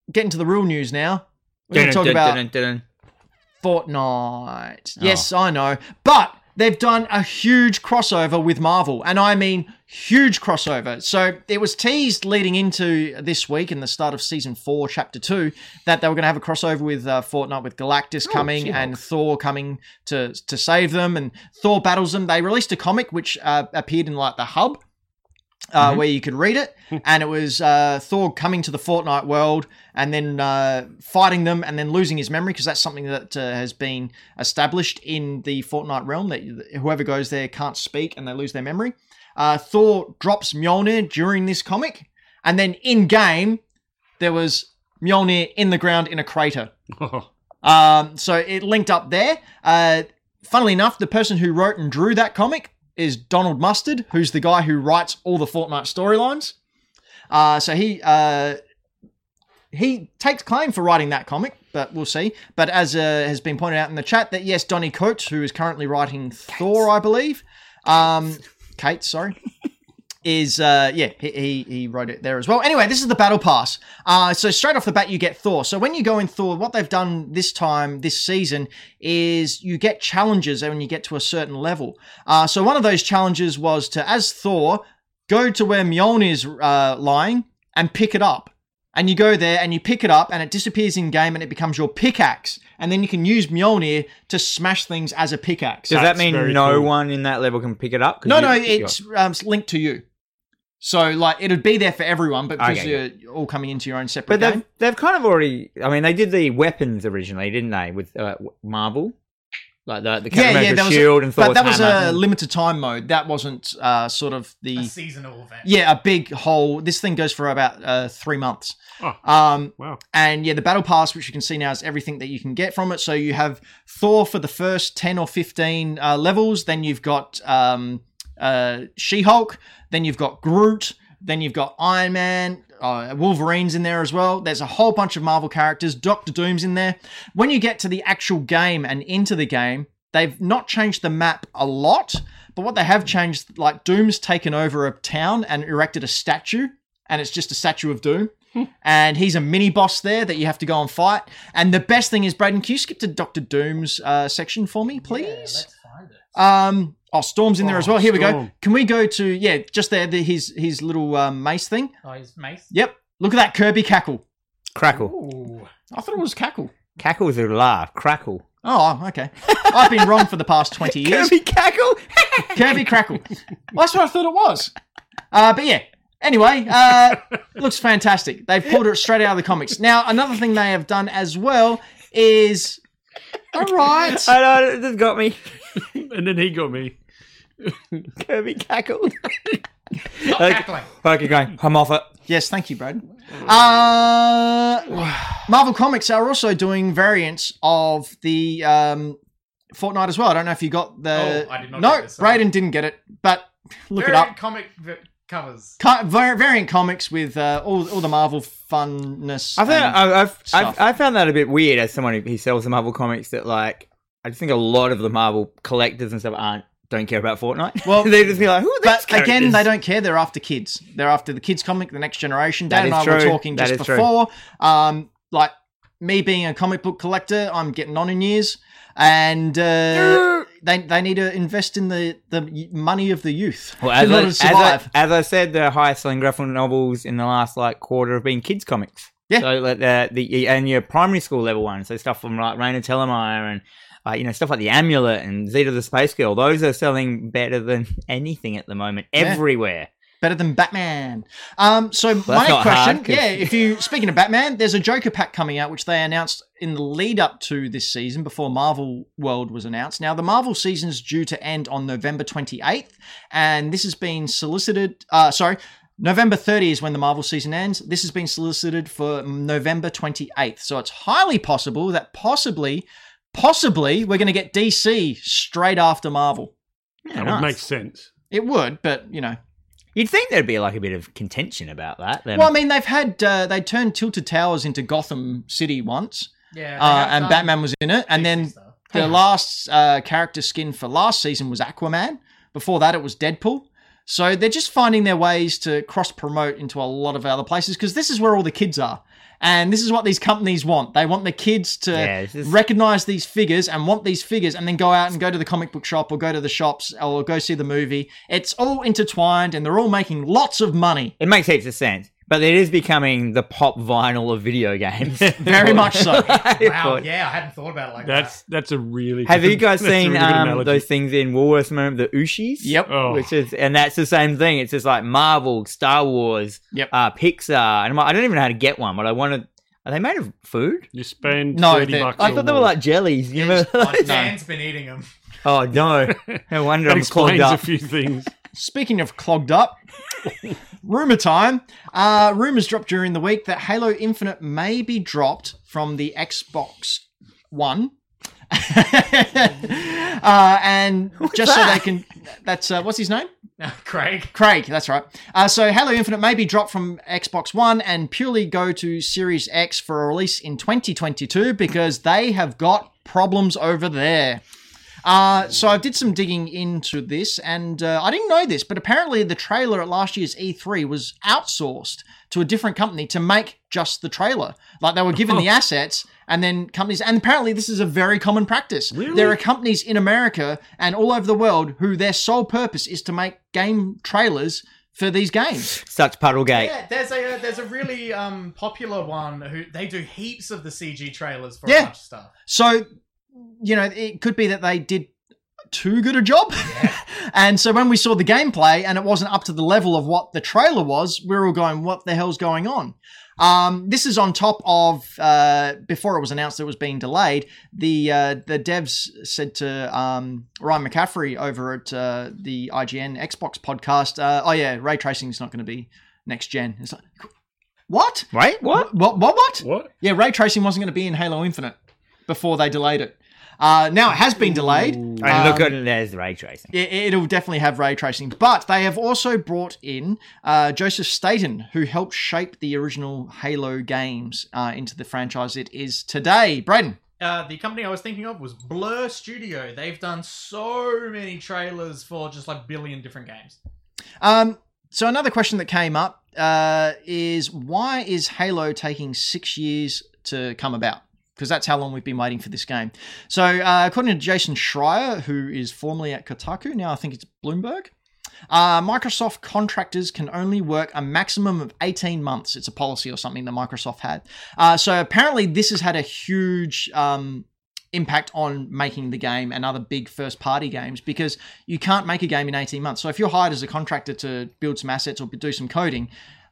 Speaker 1: getting to the real news now. We're going to talk about Fortnite. Yes, I know. But they've done a huge crossover with Marvel, and I mean huge crossover. So it was teased leading into this week in the start of season four, chapter two, that they were going to have a crossover with uh, Fortnite with Galactus coming and Thor coming to to save them, and Thor battles them. They released a comic which uh, appeared in like the hub. Uh, Where you could read it, and it was uh, Thor coming to the Fortnite world and then uh, fighting them and then losing his memory because that's something that uh, has been established in the Fortnite realm that whoever goes there can't speak and they lose their memory. Uh, Thor drops Mjolnir during this comic, and then in game there was Mjolnir in the ground in a crater.
Speaker 3: Oh,
Speaker 1: Um, so it linked up there. Uh, funnily enough, the person who wrote and drew that comic is Donald Mustard, who's the guy who writes all the Fortnite storylines. Uh, so he uh, he takes claim for writing that comic, but we'll see. But as uh, has been pointed out in the chat, that yes, Donny Coates, who is currently writing Thor, I believe, um, Kate, sorry. Is uh yeah he, he he wrote it there as well. Anyway, this is the battle pass. Uh, so straight off the bat, you get Thor. So when you go in Thor, what they've done this time, this season, is you get challenges when you get to a certain level. Uh, so one of those challenges was to, as Thor, go to where Mjolnir's uh, lying and pick it up. And you go there and you pick it up and it disappears in game and it becomes your pickaxe. And then you can use Mjolnir to smash things as a pickaxe.
Speaker 2: Does that
Speaker 3: That's
Speaker 2: mean
Speaker 3: very
Speaker 2: no
Speaker 3: cool.
Speaker 2: one in that level can pick it up? 'Cause
Speaker 1: No,
Speaker 2: you-
Speaker 1: no,
Speaker 2: you-
Speaker 1: it's um, it's linked to you. So like it'd be there for everyone, but because
Speaker 2: Okay.
Speaker 1: you're you're all coming into your own separate
Speaker 2: But
Speaker 1: game.
Speaker 2: they've, they've kind of already. I mean, they did the weapons originally, didn't they? With uh, w- Marvel, like the the Captain America
Speaker 1: that was a-
Speaker 2: shield and Thor's
Speaker 1: but that was
Speaker 2: hammer.
Speaker 1: a limited time mode. That wasn't uh, sort of the
Speaker 4: A seasonal event.
Speaker 1: yeah a big whole. This thing goes for about uh, three months.
Speaker 3: Oh.
Speaker 1: Um,
Speaker 3: wow.
Speaker 1: and yeah, the battle pass, which you can see now, is everything that you can get from it. So you have Thor for the first ten or fifteen uh, levels. Then you've got um, uh, She Hulk. Then you've got Groot. Then you've got Iron Man. Uh, Wolverine's in there as well. There's a whole bunch of Marvel characters. Doctor Doom's in there. When you get to the actual game and into the game, they've not changed the map a lot, but what they have changed, like Doom's taken over a town and erected a statue, and it's just a statue of Doom and he's a mini boss there that you have to go and fight. And the best thing is, Braden, can you skip to Doctor Doom's uh, section for me, please?
Speaker 4: let's find it.
Speaker 1: Um, oh, Storm's in there as
Speaker 3: Oh,
Speaker 1: well. Here we go.
Speaker 3: Storm.
Speaker 1: Can we go to yeah, just there, the, his his little um, mace thing.
Speaker 4: Oh, his mace.
Speaker 1: Yep. Look at that Kirby cackle.
Speaker 2: crackle,
Speaker 4: Ooh.
Speaker 1: I thought it was cackle.
Speaker 2: cackle's a laugh. Crackle,
Speaker 1: Oh, okay. I've been wrong for the past twenty years.
Speaker 2: Kirby cackle.
Speaker 1: Kirby crackle. Well, that's what I thought it was. Uh, but yeah. Anyway, uh, looks fantastic. They've pulled it straight out of the comics. Now, another thing they have done as well is. All right.
Speaker 2: I know this got me.
Speaker 3: And then he got me.
Speaker 2: Kirby cackle.
Speaker 4: Stop
Speaker 2: Okay.
Speaker 4: cackling.
Speaker 2: okay, going. I'm off it.
Speaker 1: Yes, thank you, Brad. Uh, Marvel Comics are also doing variants of the um, Fortnite as well. I don't know if you got the.
Speaker 4: Oh, I did not
Speaker 1: No,
Speaker 4: get this, sorry.
Speaker 1: Braden didn't get it, but look it
Speaker 4: Variant
Speaker 1: up.
Speaker 4: comic v- covers.
Speaker 1: Co- var- variant comics with uh, all, all the Marvel funness.
Speaker 2: I found
Speaker 1: and-
Speaker 2: I, I've,
Speaker 1: stuff.
Speaker 2: I've I found that a bit weird as someone who, who sells the Marvel comics that like I just think a lot of the Marvel collectors and stuff aren't don't care about Fortnite.
Speaker 1: Well,
Speaker 2: Well, they just be like, who are these
Speaker 1: But
Speaker 2: characters?
Speaker 1: again, they don't care. They're after kids. They're after the kids' comic, the next generation.
Speaker 2: That
Speaker 1: Dan and I
Speaker 2: is
Speaker 1: were
Speaker 2: true.
Speaker 1: talking
Speaker 2: That
Speaker 1: just
Speaker 2: is true.
Speaker 1: before. Um, like me being a comic book collector, I'm getting on in years, and uh, they they need to invest in the the y- money of the youth
Speaker 2: Well,
Speaker 1: in order to
Speaker 2: as, I, as,
Speaker 1: survive.
Speaker 2: I, as I said, the highest selling graphic novels in the last like quarter have been kids comics.
Speaker 1: Yeah.
Speaker 2: So like the, the and your primary school level ones, so stuff from like Raina Tellemire and uh, you know stuff like the Amulet and Zeta the Space Girl. Those are selling better than anything at the moment
Speaker 1: Yeah.
Speaker 2: everywhere.
Speaker 1: Better than Batman. Um, so my
Speaker 2: not
Speaker 1: question,
Speaker 2: hard, 'cause-
Speaker 1: yeah, if you speaking of Batman, there's a Joker pack coming out, which they announced in the lead up to this season before Marvel World was announced. Now the Marvel season is due to end on November 28th, and this has been solicited. Uh, sorry. November 30 is when the Marvel season ends. This has been solicited for November 28th. So it's highly possible that possibly, possibly, we're going to get DC straight after Marvel.
Speaker 2: Yeah,
Speaker 3: That
Speaker 2: nice.
Speaker 3: would make sense.
Speaker 1: It would, but, you know,
Speaker 2: You'd think there'd be like a bit of contention about that. Then.
Speaker 1: Well, I mean, they've had uh, they turned Tilted Towers into Gotham City once,
Speaker 4: Yeah, they
Speaker 1: uh,
Speaker 4: have
Speaker 1: and
Speaker 4: done
Speaker 1: Batman was in it. And
Speaker 4: DC
Speaker 1: then
Speaker 4: stuff.
Speaker 1: the last uh, character skin for last season was Aquaman. Before that, it was Deadpool. So they're just finding their ways to cross promote into a lot of other places because this is where all the kids are, and this is what these companies want. They want the kids to
Speaker 2: Yeah, this is-
Speaker 1: recognize these figures and want these figures, and then go out and go to the comic book shop or go to the shops or go see the movie. It's all intertwined, and they're all making lots of money.
Speaker 2: it makes heaps of sense, but it is becoming the pop vinyl of video games.
Speaker 1: Very much so.
Speaker 4: Wow, yeah, I hadn't thought about it like
Speaker 3: That's that's a really.
Speaker 2: Have
Speaker 3: good-
Speaker 2: you guys
Speaker 3: that's a
Speaker 2: seen
Speaker 3: really good
Speaker 2: um,
Speaker 3: analogy.
Speaker 2: those things in Woolworths? Remember the Ushis?
Speaker 1: Yep.
Speaker 3: Oh.
Speaker 2: Which is, and that's the same thing. It's just like Marvel, Star Wars,
Speaker 1: Yep.
Speaker 2: uh, Pixar, and I'm like, I don't even know how to get one, but I wanted. Are they made of food?
Speaker 3: You spend
Speaker 1: No,
Speaker 3: thirty
Speaker 1: they're-
Speaker 3: bucks.
Speaker 2: I
Speaker 3: or
Speaker 2: thought they were
Speaker 3: more.
Speaker 2: like jellies. You know?
Speaker 4: that.
Speaker 1: No.
Speaker 4: Dan's been eating them.
Speaker 2: oh no, no wonder
Speaker 3: That
Speaker 2: I'm clogged
Speaker 3: explains a
Speaker 2: up.
Speaker 3: few things.
Speaker 1: Speaking of clogged up, rumor time. Uh, rumors dropped during the week that Halo Infinite may be dropped from the Xbox One. uh, and just so
Speaker 2: that?
Speaker 1: they can, that's uh, what's his name?
Speaker 4: No, Craig.
Speaker 1: Craig, that's right. Uh, so Halo Infinite may be dropped from Xbox One and purely go to Series X for a release in 2022 because they have got problems over there. Uh, so I did some digging into this, and uh, I didn't know this, but apparently the trailer at last year's E3 was outsourced to a different company to make just the trailer. Like they were given the assets, and then companies, and apparently this is a very common practice.
Speaker 3: Really?
Speaker 1: There are companies in America and all over the world who their sole purpose is to make game trailers for these games.
Speaker 2: Such Puddlegate.
Speaker 4: Yeah, there's a uh, there's a really um popular one who they do heaps of the CG trailers for
Speaker 1: Yeah.
Speaker 4: a bunch of stuff.
Speaker 1: So, you know, it could be that they did too good a job. and so when we saw the gameplay and it wasn't up to the level of what the trailer was, we were all going, what the hell's going on? Um, this is on top of uh, before it was announced it was being delayed. The uh, the devs said to um, Ryan McCaffrey over at uh, the IGN Xbox podcast, uh, "Oh yeah, ray tracing is not going to be next gen." It's like, what?
Speaker 2: Right? What?
Speaker 1: What? What? What?
Speaker 3: What?
Speaker 1: Yeah, ray tracing wasn't going to be in Halo Infinite before they delayed it. Uh, now it has been delayed.
Speaker 2: I mean, look
Speaker 1: Um,
Speaker 2: at it. There's the ray tracing.
Speaker 1: It, it'll definitely have ray tracing, but they have also brought in uh, Joseph Staten, who helped shape the original Halo games uh, into the franchise it is today. Braden,
Speaker 4: Uh, the company I was thinking of was Blur Studio. They've done so many trailers for just like billion different games.
Speaker 1: um, so another question that came up uh, is why is Halo taking six years to come about? Because that's how long we've been waiting for this game. So, uh, according to Jason Schreier, who is formerly at Kotaku, now I think it's Bloomberg, Uh, Microsoft contractors can only work a maximum of 18 months. It's a policy or something that Microsoft had. Uh, so apparently, this has had a huge um, impact on making the game and other big first party games because you can't make a game in 18 months. So if you're hired as a contractor to build some assets or do some coding,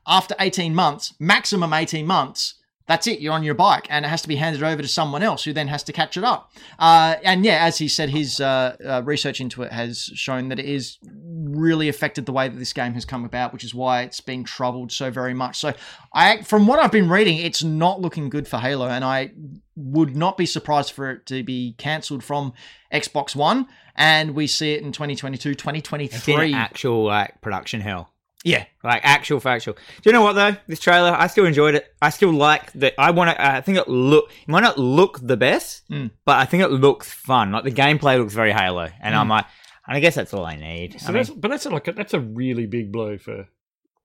Speaker 1: after 18 months, maximum 18 months, that's it. You're on your bike, and it has to be handed over to someone else who then has to catch it up. Uh, and yeah, as he said, his uh, uh, research into it has shown that it is really affected the way that this game has come about, which is why it's been troubled so very much. So, I, from what I've been reading, it's not looking good for Halo, and I would not be surprised for it to be cancelled from Xbox One, and we see it in 2022,
Speaker 2: It's in
Speaker 1: 2023.
Speaker 2: actual like production hell. Yeah, like actual factual. Do you know what though? This trailer, I still enjoyed it. I still like that. I want to. I think it look. It might not look the best,
Speaker 1: Mm.
Speaker 2: but I think it looks fun. Like the gameplay looks very Halo, and I'm like, and I guess that's all I need.
Speaker 3: So
Speaker 2: I mean-
Speaker 3: that's, but that's like a, that's a really big blow for.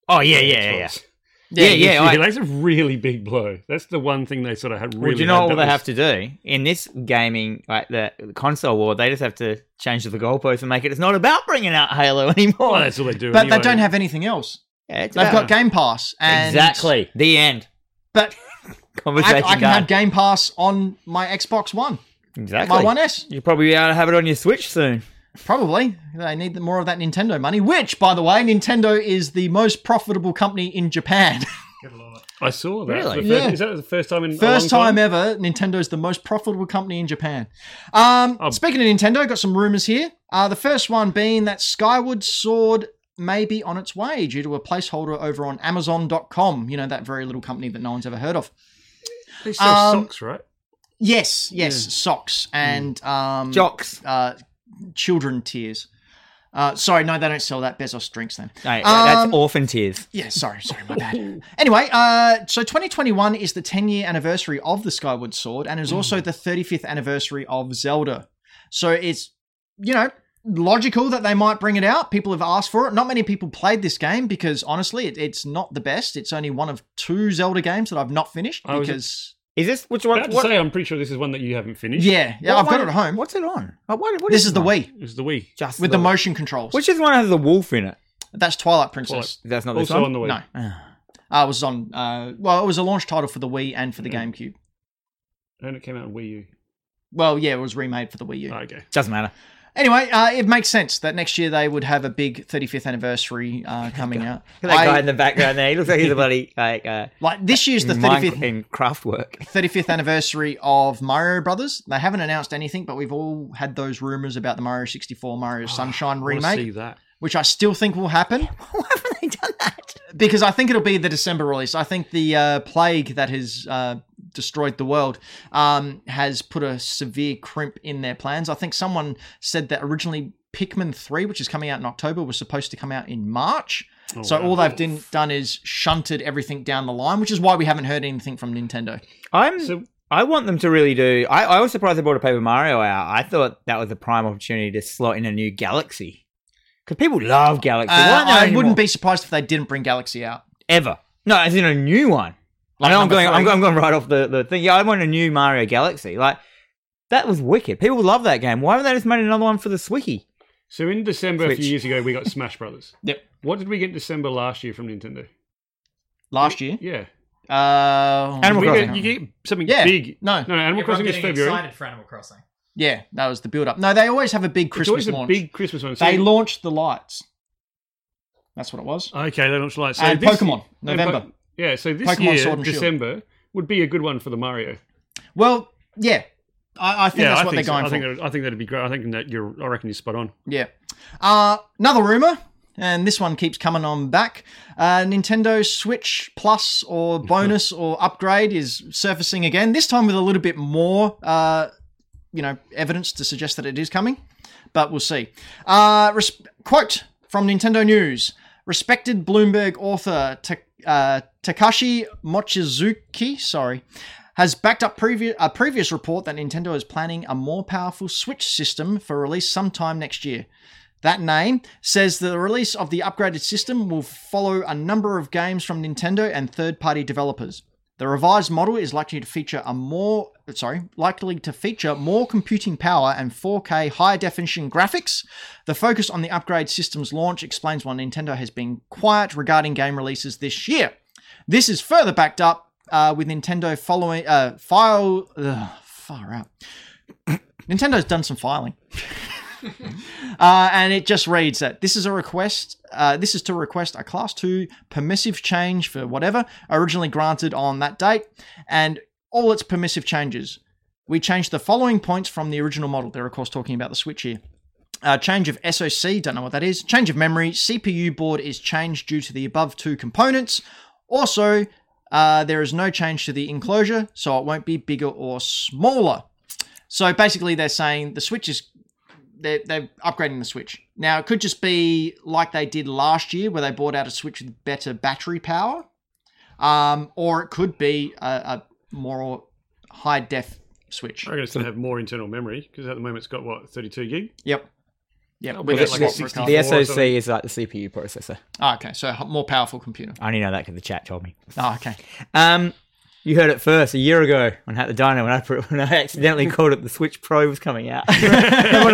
Speaker 2: oh yeah, yeah, yeah, yeah,
Speaker 3: Xbox.
Speaker 2: yeah, yeah.
Speaker 3: Yeah,
Speaker 2: I-
Speaker 3: that's a really big blow. That's the one thing they sort of had really.
Speaker 2: well, do you know
Speaker 3: had
Speaker 2: what
Speaker 3: that
Speaker 2: they
Speaker 3: was-
Speaker 2: have to do in this gaming, like the console war? They just have to change the goalpost and make it. It's not about bringing out Halo anymore.
Speaker 3: Well, Oh, that's all they do.
Speaker 1: But
Speaker 3: anyway.
Speaker 1: they don't have anything else.
Speaker 2: Yeah, it's
Speaker 1: They've
Speaker 2: about-
Speaker 1: got Game Pass. And
Speaker 2: exactly the end.
Speaker 1: But I,
Speaker 2: Conversation
Speaker 1: I can
Speaker 2: done.
Speaker 1: have Game Pass on my Xbox One,
Speaker 2: exactly.
Speaker 1: my One S,
Speaker 2: You'll probably be able to have it on your Switch soon.
Speaker 1: probably. They need the- more of that Nintendo money, which, by the way, Nintendo is the most profitable company in Japan.
Speaker 4: Good lord.
Speaker 3: I saw that.
Speaker 2: Really?
Speaker 3: The first-
Speaker 1: Yeah.
Speaker 3: Is that the first time in a
Speaker 1: First
Speaker 3: long
Speaker 1: time, ever, Nintendo's the most profitable company in Japan. Um,
Speaker 3: Oh.
Speaker 1: Speaking of Nintendo, got some rumors here. Uh, the first one being that Skyward Sword may be on its way due to a placeholder over on Amazon.com. You know that very little company that no one's ever heard of.
Speaker 3: They sell
Speaker 1: Um,
Speaker 3: socks, right?
Speaker 1: Yes, yes, socks and
Speaker 3: Hmm.
Speaker 1: um,
Speaker 2: Jocks.
Speaker 1: uh, children tears. Uh, sorry, no, they don't sell that. Bezos drinks them.
Speaker 2: No, that's
Speaker 1: Um,
Speaker 2: orphan tears.
Speaker 1: Yeah, sorry, sorry, my bad. Anyway, uh, so 2021 is the 10 year anniversary of the Skyward Sword and is also the 35th anniversary of Zelda. So it's, you know, logical that they might bring it out. People have asked for it. Not many people played this game because honestly, it, it's not the best. It's only one of two Zelda games that I've not finished
Speaker 3: I was-
Speaker 1: because.
Speaker 2: Is this which
Speaker 3: I
Speaker 2: one?
Speaker 3: have to
Speaker 2: what-
Speaker 3: say, I'm pretty sure this is one that you haven't finished.
Speaker 1: Yeah, yeah,
Speaker 2: what
Speaker 1: I've got it
Speaker 2: one-
Speaker 1: at home.
Speaker 2: What's it on? Like, what- what
Speaker 1: This is the
Speaker 2: it on?
Speaker 1: Wii
Speaker 3: It was the Wii.
Speaker 2: Just
Speaker 1: with the motion controls,
Speaker 2: Which is one that has the wolf in it?
Speaker 1: that's Twilight Princess.
Speaker 2: That's not this
Speaker 3: Also on
Speaker 2: one. Ah,
Speaker 3: the Wii.
Speaker 1: No,
Speaker 2: No.
Speaker 1: uh, it was on. Uh, well, it was a launch title for the Wii and for the GameCube.
Speaker 3: And it came out on Wii U.
Speaker 1: Well, yeah, it was remade for the Wii U.
Speaker 3: Oh, okay.
Speaker 2: Doesn't matter.
Speaker 1: Anyway, uh, it makes sense that next year they would have a big 35th anniversary uh, coming out.
Speaker 2: Look at that guy
Speaker 1: I-
Speaker 2: in the background there. He looks like he's a bloody like uh,
Speaker 1: like this year's the
Speaker 2: Minecraft
Speaker 1: 35th,
Speaker 2: in craft work.
Speaker 1: 35th anniversary of Mario Brothers. They haven't announced anything, but we've all had those rumors about the Mario 64,
Speaker 2: Ah,
Speaker 1: Mario Sunshine
Speaker 3: I wanna See
Speaker 1: remake,
Speaker 3: that?
Speaker 1: which I still think will happen
Speaker 2: Why haven't they done that?
Speaker 1: because I think it'll be the December release. I think the uh, plague that has uh, destroyed the world um, has put a severe crimp in their plans. I think someone said that originally Pikmin 3, which is coming out in October, was supposed to come out in March.
Speaker 3: Oh,
Speaker 1: So
Speaker 3: wow.
Speaker 1: all they've din- done is shunted everything down the line, which is why we haven't heard anything from Nintendo.
Speaker 2: I'm.
Speaker 3: So
Speaker 2: I want them to really do. I, I was surprised they brought a Paper Mario out. I thought that was a prime opportunity to slot in a new Galaxy because people love Galaxy.
Speaker 1: Uh,
Speaker 2: Why not
Speaker 1: I
Speaker 2: anymore?
Speaker 1: wouldn't be surprised if they didn't bring Galaxy out.
Speaker 2: ever. No, as in a new one. I know I'm
Speaker 1: number
Speaker 2: going, I'm
Speaker 1: three?
Speaker 2: going. I'm going right off the, the thing. Yeah, I want a new Mario Galaxy. Like that was wicked. People love that game. Why haven't they just made another one for the Swiki?
Speaker 3: So in December a
Speaker 2: Switch.
Speaker 3: few years ago, we got Smash Brothers.
Speaker 1: Yep.
Speaker 3: What did we get in December last year from Nintendo?
Speaker 1: Last year,
Speaker 3: Yeah.
Speaker 1: uh,
Speaker 2: Animal
Speaker 3: We
Speaker 1: we-
Speaker 2: Crossing.
Speaker 3: Get, you get something
Speaker 1: Yeah.
Speaker 3: big.
Speaker 1: No,
Speaker 3: No, no Animal
Speaker 4: Everyone
Speaker 3: Crossing is
Speaker 4: getting
Speaker 3: February.
Speaker 4: excited for Animal Crossing.
Speaker 1: yeah, that was the build-up. No, they always have a big
Speaker 3: It's
Speaker 1: Christmas
Speaker 3: always a
Speaker 1: launch.
Speaker 3: big Christmas one. So-
Speaker 1: they launched the lights. That's what it was.
Speaker 3: okay, they launched lights. So
Speaker 1: and
Speaker 3: this-
Speaker 1: Pokemon
Speaker 3: and
Speaker 1: November.
Speaker 3: Po- yeah, so this
Speaker 1: Pokemon
Speaker 3: year,
Speaker 1: Sword and Shield.
Speaker 3: December, would be a good one for the Mario.
Speaker 1: well, yeah, I, I think
Speaker 3: yeah,
Speaker 1: that's
Speaker 3: I
Speaker 1: what
Speaker 3: think
Speaker 1: they're going
Speaker 3: so.
Speaker 1: for.
Speaker 3: I think, that, I think that'd be great. I think that you're, I reckon you're spot on.
Speaker 1: Yeah. Uh, another rumor, and this one keeps coming on back. Uh, Nintendo Switch Plus or bonus or upgrade is surfacing again. This time with a little bit more, uh, you know, evidence to suggest that it is coming, but we'll see. Uh, res- quote from Nintendo News: Respected Bloomberg author Ta- uh, Takashi Mochizuki, sorry, has backed up previ- a previous report that Nintendo is planning a more powerful Switch system for release sometime next year. That name says the release of the upgraded system will follow a number of games from Nintendo and third-party developers. The revised model is likely to feature a more sorry, likely to feature more computing power and 4K high definition graphics. The focus on the upgrade system's launch explains why Nintendo has been quiet regarding game releases this year. This is further backed up uh, with Nintendo following uh, file ugh, far out. Nintendo's done some filing. Uh, and it just reads that this is a request. Uh, this is to request a Class 2 permissive change for whatever originally granted on that date and all its permissive changes. We changed the following points from the original model. They're, of course, talking about the Switch here. Uh, change of SoC, don't know what that is. Change of memory, CPU board is changed due to the above two components. Also, uh, there is no change to the enclosure, so it won't be bigger or smaller. So basically, they're saying the Switch is they're, they're upgrading the Switch. Now, it could just be like they did last year, where they bought out a Switch with better battery power, um, or it could be a, a more high def Switch.
Speaker 3: I reckon it's going to have more internal memory because at the moment it's got what 32 gig.
Speaker 1: Yep. Yep.
Speaker 3: Oh,
Speaker 1: with
Speaker 3: but
Speaker 1: a
Speaker 3: it's
Speaker 1: swap
Speaker 3: like
Speaker 1: for a
Speaker 3: 60
Speaker 1: card.
Speaker 3: Yeah.
Speaker 2: The
Speaker 3: Four or
Speaker 2: SoC
Speaker 3: something.
Speaker 2: is like the CPU processor.
Speaker 1: Ah, okay, so h- more powerful computer.
Speaker 2: I only know that because the chat told me.
Speaker 1: Ah, okay.
Speaker 2: Um, you heard it first a year ago on Hat the Dino when I put, when I accidentally called it the Switch Pro was coming out. what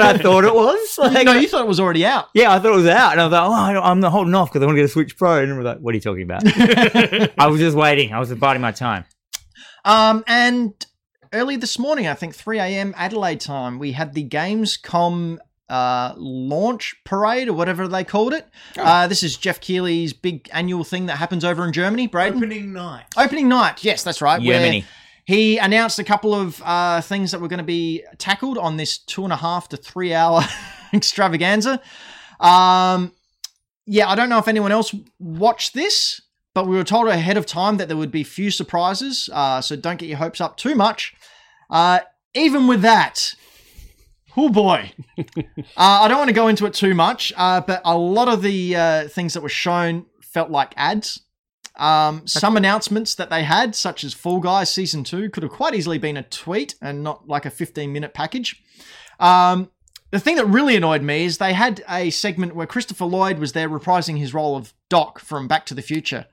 Speaker 2: I thought it was. Like,
Speaker 1: no, you thought it was already out.
Speaker 2: yeah, I thought it was out, and I was like, oh, I don't- I'm not holding off because I want to get a Switch Pro. And we're like, what are you talking about? I was just waiting. I was just biding my time.
Speaker 1: Um, and early this morning, I think 3 a.m. Adelaide time, we had the Gamescom uh, launch parade or whatever they called it. Uh, this is Jeff Keighley's big annual thing that happens over in Germany, Braden.
Speaker 4: Opening night.
Speaker 1: Opening night, yes, that's right. where
Speaker 2: Germany.
Speaker 1: He announced a couple of uh, things that were going to be tackled on this two and a half to three hour extravaganza. Um, yeah, I don't know if anyone else watched this, but we were told ahead of time that there would be few surprises, uh, so don't get your hopes up too much. Uh, even with that, oh boy, uh, I don't want to go into it too much, uh, but a lot of the uh, things that were shown felt like ads. Um, some announcements that they had, such as Fall Guys Season 2, could have quite easily been a tweet and not like a 15 minute package. Um, the thing that really annoyed me is they had a segment where Christopher Lloyd was there reprising his role of Doc from Back to the Future.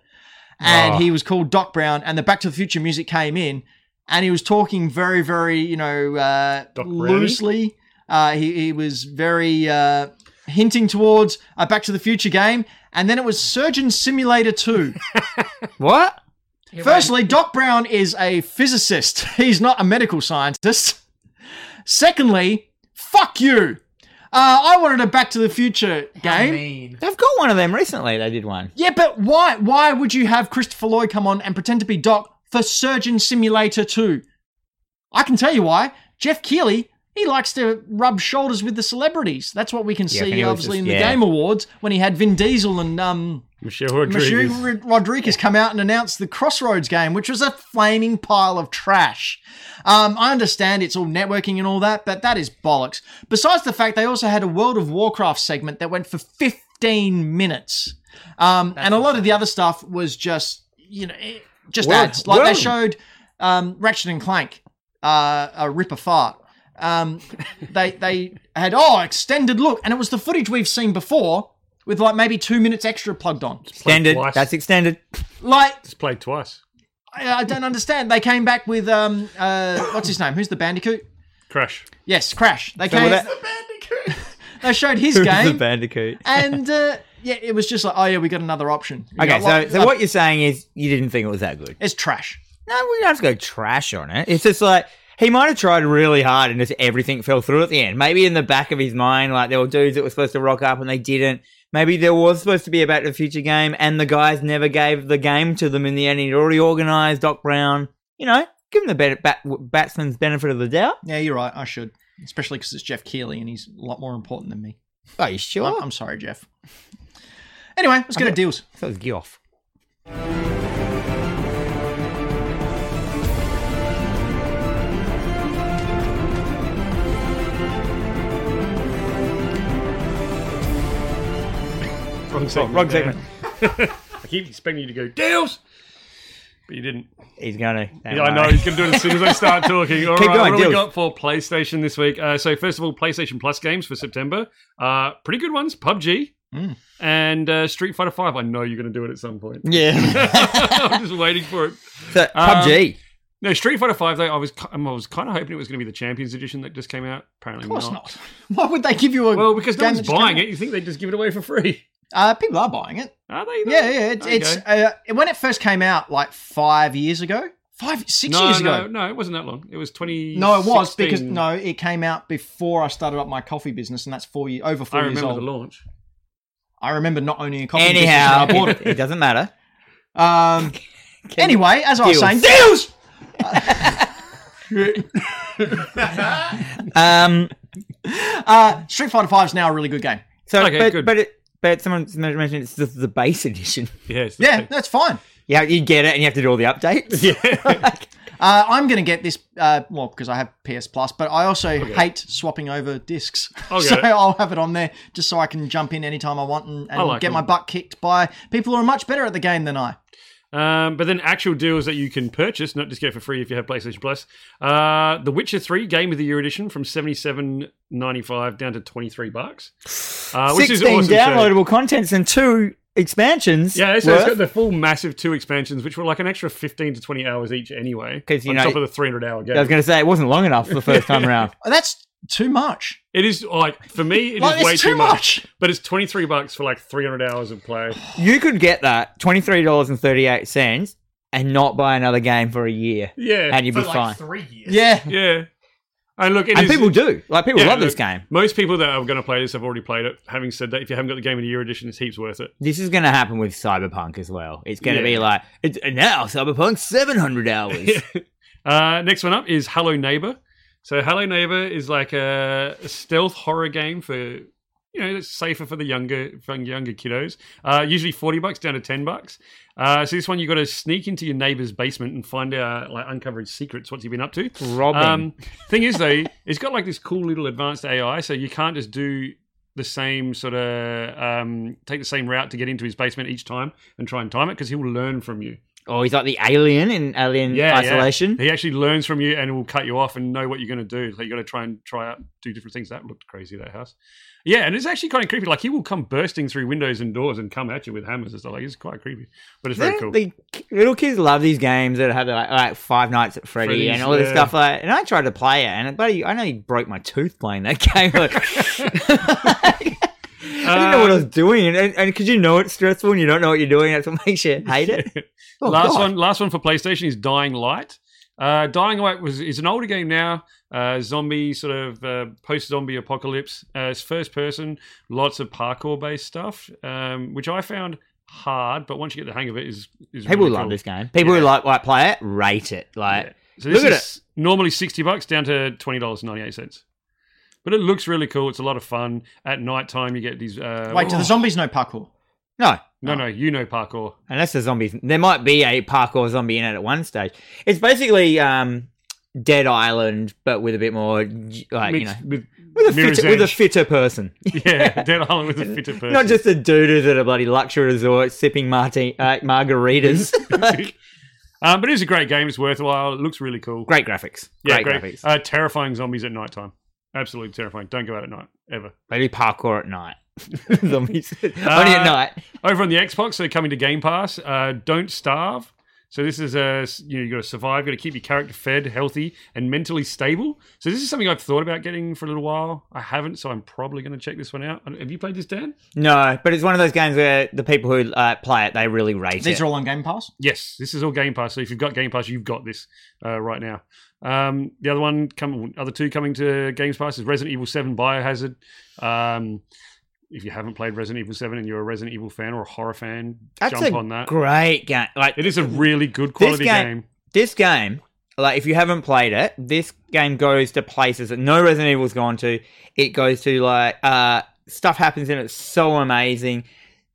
Speaker 1: And
Speaker 2: Oh.
Speaker 1: he was called Doc Brown, and the Back to the Future music came in, and he was talking very, very, you know, uh,
Speaker 3: Doc Brownie?
Speaker 1: loosely. Uh, he, he was very uh, hinting towards a Back to the Future game, and then it was Surgeon Simulator 2.
Speaker 2: What?
Speaker 4: Here
Speaker 1: Firstly, Doc Brown is a physicist. He's not a medical scientist. Secondly, fuck you. Uh, I wanted a Back to the Future
Speaker 4: we- How
Speaker 1: game.
Speaker 4: mean.
Speaker 2: They've got one of them recently. They did one.
Speaker 1: Yeah, but why? Why would you have Christopher Lloyd come on and pretend to be Doc for Surgeon Simulator 2? I can tell you why. Jeff Keighley, he likes to rub shoulders with the celebrities. That's what we can
Speaker 2: Yeah, I think
Speaker 1: see,
Speaker 2: it was
Speaker 1: obviously,
Speaker 2: just-
Speaker 1: in the
Speaker 2: yeah.
Speaker 1: Game Awards when he had Vin Diesel and um,
Speaker 3: Michelle
Speaker 1: Monsieur
Speaker 3: Rodriguez.
Speaker 1: Rod- Rodriguez come out and announce the Crossroads game, which was a flaming pile of trash. Um, I understand it's all networking and all that, but that is bollocks. Besides the fact they also had a World of Warcraft segment that went for 15 minutes. Um, and a lot of the other stuff was just, you know, eh, just
Speaker 2: World-
Speaker 1: ads. Like they
Speaker 2: World-
Speaker 1: showed um, Ratchet and Clank, uh, a ripper fart. Um, they they had oh extended look, and it was the footage we've seen before with like maybe two minutes extra plugged on.
Speaker 2: Extended.
Speaker 3: twice.
Speaker 2: That's extended.
Speaker 1: Like
Speaker 3: It's played twice.
Speaker 1: I, I don't understand. They came back with um uh what's his name? Who's the Bandicoot?
Speaker 3: Crash.
Speaker 1: Yes, Crash. They
Speaker 2: So
Speaker 1: came.
Speaker 2: with that-
Speaker 4: Bandicoot.
Speaker 1: they showed his
Speaker 2: the
Speaker 1: game,
Speaker 2: Bandicoot.
Speaker 1: and uh, yeah, it was just like oh yeah, we got another option. We
Speaker 2: Okay,
Speaker 1: got
Speaker 2: so,
Speaker 1: like-
Speaker 2: so what you're saying is you didn't think it was that good.
Speaker 1: It's trash.
Speaker 2: No, we don't have to go trash on it. It's just like he might have tried really hard and just everything fell through at the end. Maybe in the back of his mind, like there were dudes that were supposed to rock up and they didn't. Maybe there was supposed to be a Back to the Future game and the guys never gave the game to them in the end. He'd already organised Doc Brown. You know, give him the bet- bat- batsman's benefit of the doubt.
Speaker 1: Yeah, you're right. I should, especially because it's Jeff Keighley and he's a lot more important than me.
Speaker 2: Are you sure?
Speaker 1: I'm, I'm sorry, Jeff. Anyway, let's get to deals.
Speaker 2: that was Geoff.
Speaker 3: Wrong segment.
Speaker 2: wrong
Speaker 3: there.
Speaker 2: segment.
Speaker 3: I keep expecting you to go deals, but you didn't.
Speaker 2: He's gonna.
Speaker 3: Yeah, I know. He's going to do it as soon as I start talking. All right,
Speaker 2: Keep going,
Speaker 3: what have
Speaker 2: deals.
Speaker 3: we got for PlayStation this week? Uh, so, first of all, PlayStation Plus games for September. Uh, pretty good ones PUBG
Speaker 1: Mm.
Speaker 3: and uh, Street Fighter Five. I know you're going to do it at some point.
Speaker 2: Yeah.
Speaker 3: I'm just waiting for it.
Speaker 2: so,
Speaker 3: Um,
Speaker 2: PUBG.
Speaker 3: No, Street Fighter Five. Though I was, ki- I was kind of hoping it was going to be the Champions Edition that just came out. Apparently
Speaker 1: Of course not. Why would they give you a?
Speaker 3: Well, because no
Speaker 1: game
Speaker 3: one's
Speaker 1: that just came
Speaker 3: buying
Speaker 1: out?
Speaker 3: it, you think they just give it away for free?
Speaker 1: Uh, people are buying it.
Speaker 3: Are they? though?
Speaker 1: Yeah, yeah. It's, it's uh, when it first came out, like five years ago, five six
Speaker 3: no,
Speaker 1: years
Speaker 3: no,
Speaker 1: ago.
Speaker 3: no, it wasn't that long. It was twenty.
Speaker 1: No, it was because no, it came out before I started up my coffee business, and that's four year over
Speaker 3: I
Speaker 1: four years
Speaker 3: remember
Speaker 1: old.
Speaker 3: the launch.
Speaker 1: I remember not owning a coffee
Speaker 2: Anyhow,
Speaker 1: business when I
Speaker 2: it, it doesn't matter.
Speaker 1: bought it. Um, anyway, as I was
Speaker 2: Deals.
Speaker 1: saying, deals.
Speaker 2: Um.
Speaker 1: Uh, Street Fighter Five is now a really good game.
Speaker 2: So,
Speaker 3: Okay,
Speaker 2: but,
Speaker 3: good.
Speaker 2: but it, but someone mentioned it's the, the base edition.
Speaker 3: Yes.
Speaker 1: Yeah, that's fine.
Speaker 2: Yeah, you get it, and you have to do all the updates.
Speaker 3: Yeah.
Speaker 1: Uh, I'm going to get this, uh, well, because I have PS Plus, but I also hate swapping over discs.
Speaker 3: I'll get
Speaker 1: so
Speaker 3: it.
Speaker 1: I'll have it on there just so I can jump in anytime I want and, and
Speaker 3: I like
Speaker 1: get
Speaker 3: it.
Speaker 1: my butt kicked by people who are much better at the game than I.
Speaker 3: Um, but then actual deals that you can purchase, not just get it for free if you have PlayStation Plus. Uh, the Witcher 3 Game of the Year edition from 77.95 down to 23 bucks. Uh, which is
Speaker 2: 16
Speaker 3: awesome. so-
Speaker 2: downloadable contents and two expansions.
Speaker 3: Yeah, so it's
Speaker 2: worth.
Speaker 3: got the full massive two expansions, which were like an extra 15 to 20 hours each anyway.
Speaker 2: 'Cause, you
Speaker 3: on
Speaker 2: know,
Speaker 3: top of the 300 hour game.
Speaker 2: I was going to say it wasn't long enough the first time around.
Speaker 1: That's too much.
Speaker 3: It is like for me, it is
Speaker 1: Like, it's
Speaker 3: way
Speaker 1: too
Speaker 3: too
Speaker 1: much.
Speaker 3: much. But it's twenty three bucks for like three hundred hours of play.
Speaker 2: You could get that twenty three dollars and thirty eight cents and not buy another game for a year,
Speaker 3: Yeah,
Speaker 2: and you'd
Speaker 4: for
Speaker 2: be
Speaker 4: like
Speaker 2: fine.
Speaker 4: three years.
Speaker 1: Yeah.
Speaker 3: yeah. And look, it
Speaker 2: and
Speaker 3: is-
Speaker 2: people do like people
Speaker 3: yeah,
Speaker 2: love this
Speaker 3: look,
Speaker 2: game.
Speaker 3: Most people that are going to play this have already played it. Having said that, if you haven't got the Game of the Year edition, it's heaps worth it.
Speaker 2: This is going to happen with Cyberpunk as well. It's going to be
Speaker 3: Yeah.
Speaker 2: like it's and now Cyberpunk seven hundred hours.
Speaker 3: uh, next one up is Hello Neighbor. So Hello Neighbor is like a stealth horror game for you know it's safer for the younger for younger kiddos. Uh, usually forty bucks down to ten bucks. Uh, so this one you got to sneak into your neighbor's basement and find out like uncover his secrets. What's he been up to?
Speaker 2: Robin,
Speaker 3: Um, thing is, though, it's got like this cool little advanced AI, so you can't just do the same sort of um, take the same route to get into his basement each time and try and time it because he will learn from you.
Speaker 2: oh, he's like the alien in Alien
Speaker 3: Yeah, yeah.
Speaker 2: Isolation.
Speaker 3: He actually learns from you and will cut you off and know what you're going to do. So you got to try and try out do different things. That looked crazy that house. Yeah, and it's actually kind of creepy. Like he will come bursting through windows and doors and come at you with hammers and stuff. Like it's quite creepy, but it's very
Speaker 2: Yeah,
Speaker 3: cool.
Speaker 2: The k- little kids love these games that have like, like Five Nights at Freddy
Speaker 3: Freddy's,
Speaker 2: and all this
Speaker 3: yeah.
Speaker 2: stuff like. that. And I tried to play it, and buddy, I nearly broke my tooth playing that game. Like, I didn't know what I
Speaker 3: Um,
Speaker 2: was doing, and and because you know it's stressful and you don't know what you're doing, that's what makes you hate it. Oh,
Speaker 3: last
Speaker 2: God.
Speaker 3: one, last one for PlayStation is Dying Light. Uh, Dying Light was is an older game now, uh, zombie sort of uh, post zombie apocalypse. Uh, it's first person, lots of parkour based stuff, um, which I found hard, but once you get the hang of it, is is
Speaker 2: People
Speaker 3: really
Speaker 2: love
Speaker 3: cool.
Speaker 2: this game. People who
Speaker 3: Yeah.
Speaker 2: like, like play it rate it. Like
Speaker 3: Yeah. So this
Speaker 2: Look at
Speaker 3: is normally sixty bucks down to twenty dollars ninety eight cents. But it looks really cool. It's a lot of fun. At night time, you get these. Uh,
Speaker 1: Wait, do the zombies know parkour?
Speaker 2: no,
Speaker 3: no, no, you know parkour.
Speaker 2: unless the zombies, there might be a parkour zombie in it at one stage. It's basically um, Dead Island, but with a bit more like you know.
Speaker 3: Mixed with,
Speaker 2: With a,
Speaker 3: Mirror's
Speaker 2: fitter, with a
Speaker 3: Edge.
Speaker 2: fitter person.
Speaker 3: yeah, Dead Island with a fitter person.
Speaker 2: Not just the dude who's at a bloody luxury resort sipping marti- uh, margaritas. Like,
Speaker 3: Um, but it is a great game. It's worthwhile. It looks really cool.
Speaker 2: great graphics.
Speaker 3: Yeah,
Speaker 2: Great, graphics.
Speaker 3: Uh, terrifying zombies at night time. Absolutely terrifying. Don't go out at night ever.
Speaker 2: they do parkour at night. Zombies. Only at
Speaker 3: Uh,
Speaker 2: night.
Speaker 3: Over on the Xbox, so coming to Game Pass, uh, Don't Starve. So this is a you know you got to survive, got to keep your character fed, healthy, and mentally stable. So this is something I've thought about getting for a little while. I haven't, so I'm probably going to check this one out. And- Have you played this, Dan?
Speaker 2: No, but it's one of those games where the people who uh, play it, they really rate
Speaker 1: These
Speaker 2: it.
Speaker 1: are all on Game Pass.
Speaker 3: Yes, this is all Game Pass. So if you've got Game Pass, you've got this uh, right now. Um, the other one, come, other two coming to Games Pass is Resident Evil Seven Biohazard. Um, if you haven't played Resident Evil Seven and you're a Resident Evil fan or a horror fan,
Speaker 2: That's
Speaker 3: jump
Speaker 2: a
Speaker 3: on that.
Speaker 2: great game. Like
Speaker 3: it is a really good quality
Speaker 2: game-
Speaker 3: game.
Speaker 2: this game, like if you haven't played it, this game goes to places that no Resident Evil's gone to. It goes to like uh stuff happens in it so amazing.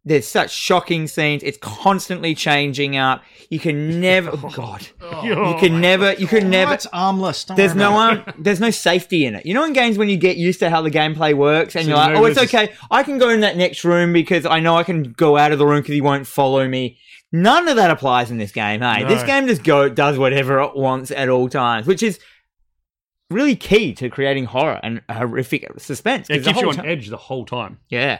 Speaker 2: There's such shocking scenes. It's constantly changing up. You can never oh god.
Speaker 4: Oh.
Speaker 3: You
Speaker 2: You can never you can never
Speaker 1: That's armless. Don't
Speaker 2: there's
Speaker 1: worry
Speaker 2: no
Speaker 1: about
Speaker 2: one, there's no safety in it. You know, in games when you get used to how the gameplay works, and
Speaker 3: So
Speaker 2: you're
Speaker 3: you
Speaker 2: like,
Speaker 3: know
Speaker 2: "Oh, it's
Speaker 3: this is-
Speaker 2: okay. I can go in that next room because I know I can go out of the room because he won't follow me." None of that applies in this game. Hey, this
Speaker 3: No.
Speaker 2: game just go does whatever it wants at all times, which is really key to creating horror and horrific suspense. 'cause
Speaker 3: It
Speaker 2: the
Speaker 3: keeps you
Speaker 2: whole
Speaker 3: on
Speaker 2: ti-
Speaker 3: edge the whole time.
Speaker 2: Yeah,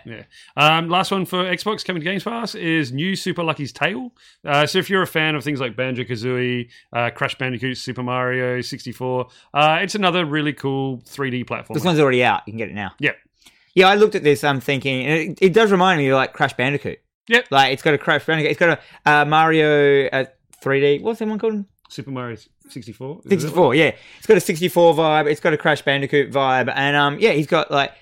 Speaker 3: Um, last one for Xbox coming to Games Pass is New Super Lucky's Tale. Uh, so if you're a fan of things like Banjo Kazooie, uh, Crash Bandicoot, Super Mario 64, uh, it's another really cool 3D platform.
Speaker 2: this one's already out. You can get it now.
Speaker 3: Yeah.
Speaker 2: Yeah, I looked at this. I'm thinking and it, it does remind me of like Crash Bandicoot.
Speaker 3: Yep.
Speaker 2: Like it's got a Crash Bandicoot. It's got a uh, Mario uh, 3D. What's that one called?
Speaker 3: Super Mario 64. Is it?
Speaker 2: 64 yeah it's got a 64 vibe it's got a crash bandicoot vibe and um yeah he's got like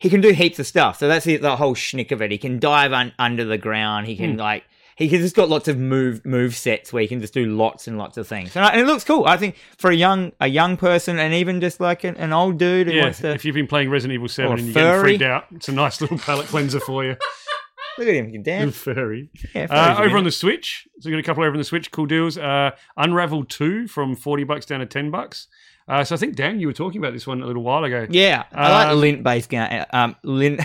Speaker 2: he can do heaps of stuff so that's the, the whole schnick of it he can dive un- under the ground he
Speaker 3: Hmm.
Speaker 2: can like he can just got lots of move move sets where he can just do lots and lots of things and, I, and it looks cool i think for a young a young person and even just like an, an old dude who
Speaker 3: Yeah,
Speaker 2: wants to
Speaker 3: if you've been playing Resident Evil 7
Speaker 2: Or
Speaker 3: and you're getting
Speaker 2: furry.
Speaker 3: freaked out, it's a nice little palate cleanser for you.
Speaker 2: Look at him, he can dance.
Speaker 3: Furry.
Speaker 2: Yeah,
Speaker 3: Uh,
Speaker 2: furries are
Speaker 3: over on
Speaker 2: in
Speaker 3: the Switch, so we got a couple over on the Switch. Cool deals. Uh, Unravel Two from forty bucks down to ten bucks. Uh, so I think Dan, you were talking about this one a little while ago.
Speaker 2: it. yeah, I like
Speaker 3: Um,
Speaker 2: lint based game. Um, lint,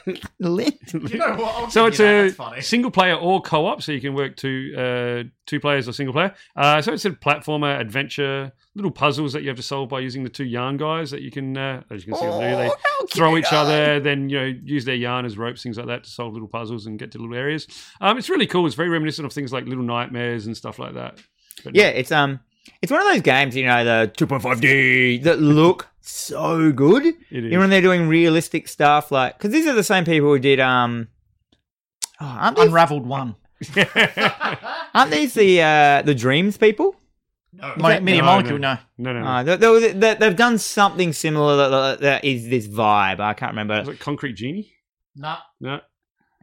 Speaker 2: lint.
Speaker 4: You know what? I'll
Speaker 3: So
Speaker 4: give
Speaker 3: it's
Speaker 4: you that. That's
Speaker 3: a
Speaker 4: funny.
Speaker 3: single player or co-op, so you can work two uh, two players or single player. Uh, so it's a platformer adventure, little puzzles that you have to solve by using the two yarn guys that you can, uh, as you can see on there, they
Speaker 2: Oh, how
Speaker 3: throw
Speaker 2: cute
Speaker 3: each
Speaker 2: are they?
Speaker 3: other, then you know use their yarn as ropes, things like that, to solve little puzzles and get to little areas. Um, it's really cool. It's very reminiscent of things like Little Nightmares and stuff like that. But
Speaker 2: Yeah, it's um, it's one of those games, you know, the 2.5D that look so good.
Speaker 3: it is.
Speaker 2: You know, when they're doing realistic stuff, like because these are the same people who did um, oh, aren't these,
Speaker 1: Unraveled one.
Speaker 2: aren't these the uh, the Dreams people?
Speaker 4: no.
Speaker 1: My,
Speaker 2: that-
Speaker 1: mini
Speaker 3: No,
Speaker 1: molecule, no.
Speaker 3: no, no, no.
Speaker 2: Uh, they, they, they, they've done something similar that, that, that is this vibe. I can't remember.
Speaker 3: Is it Concrete Genie?
Speaker 4: Nah.
Speaker 3: No,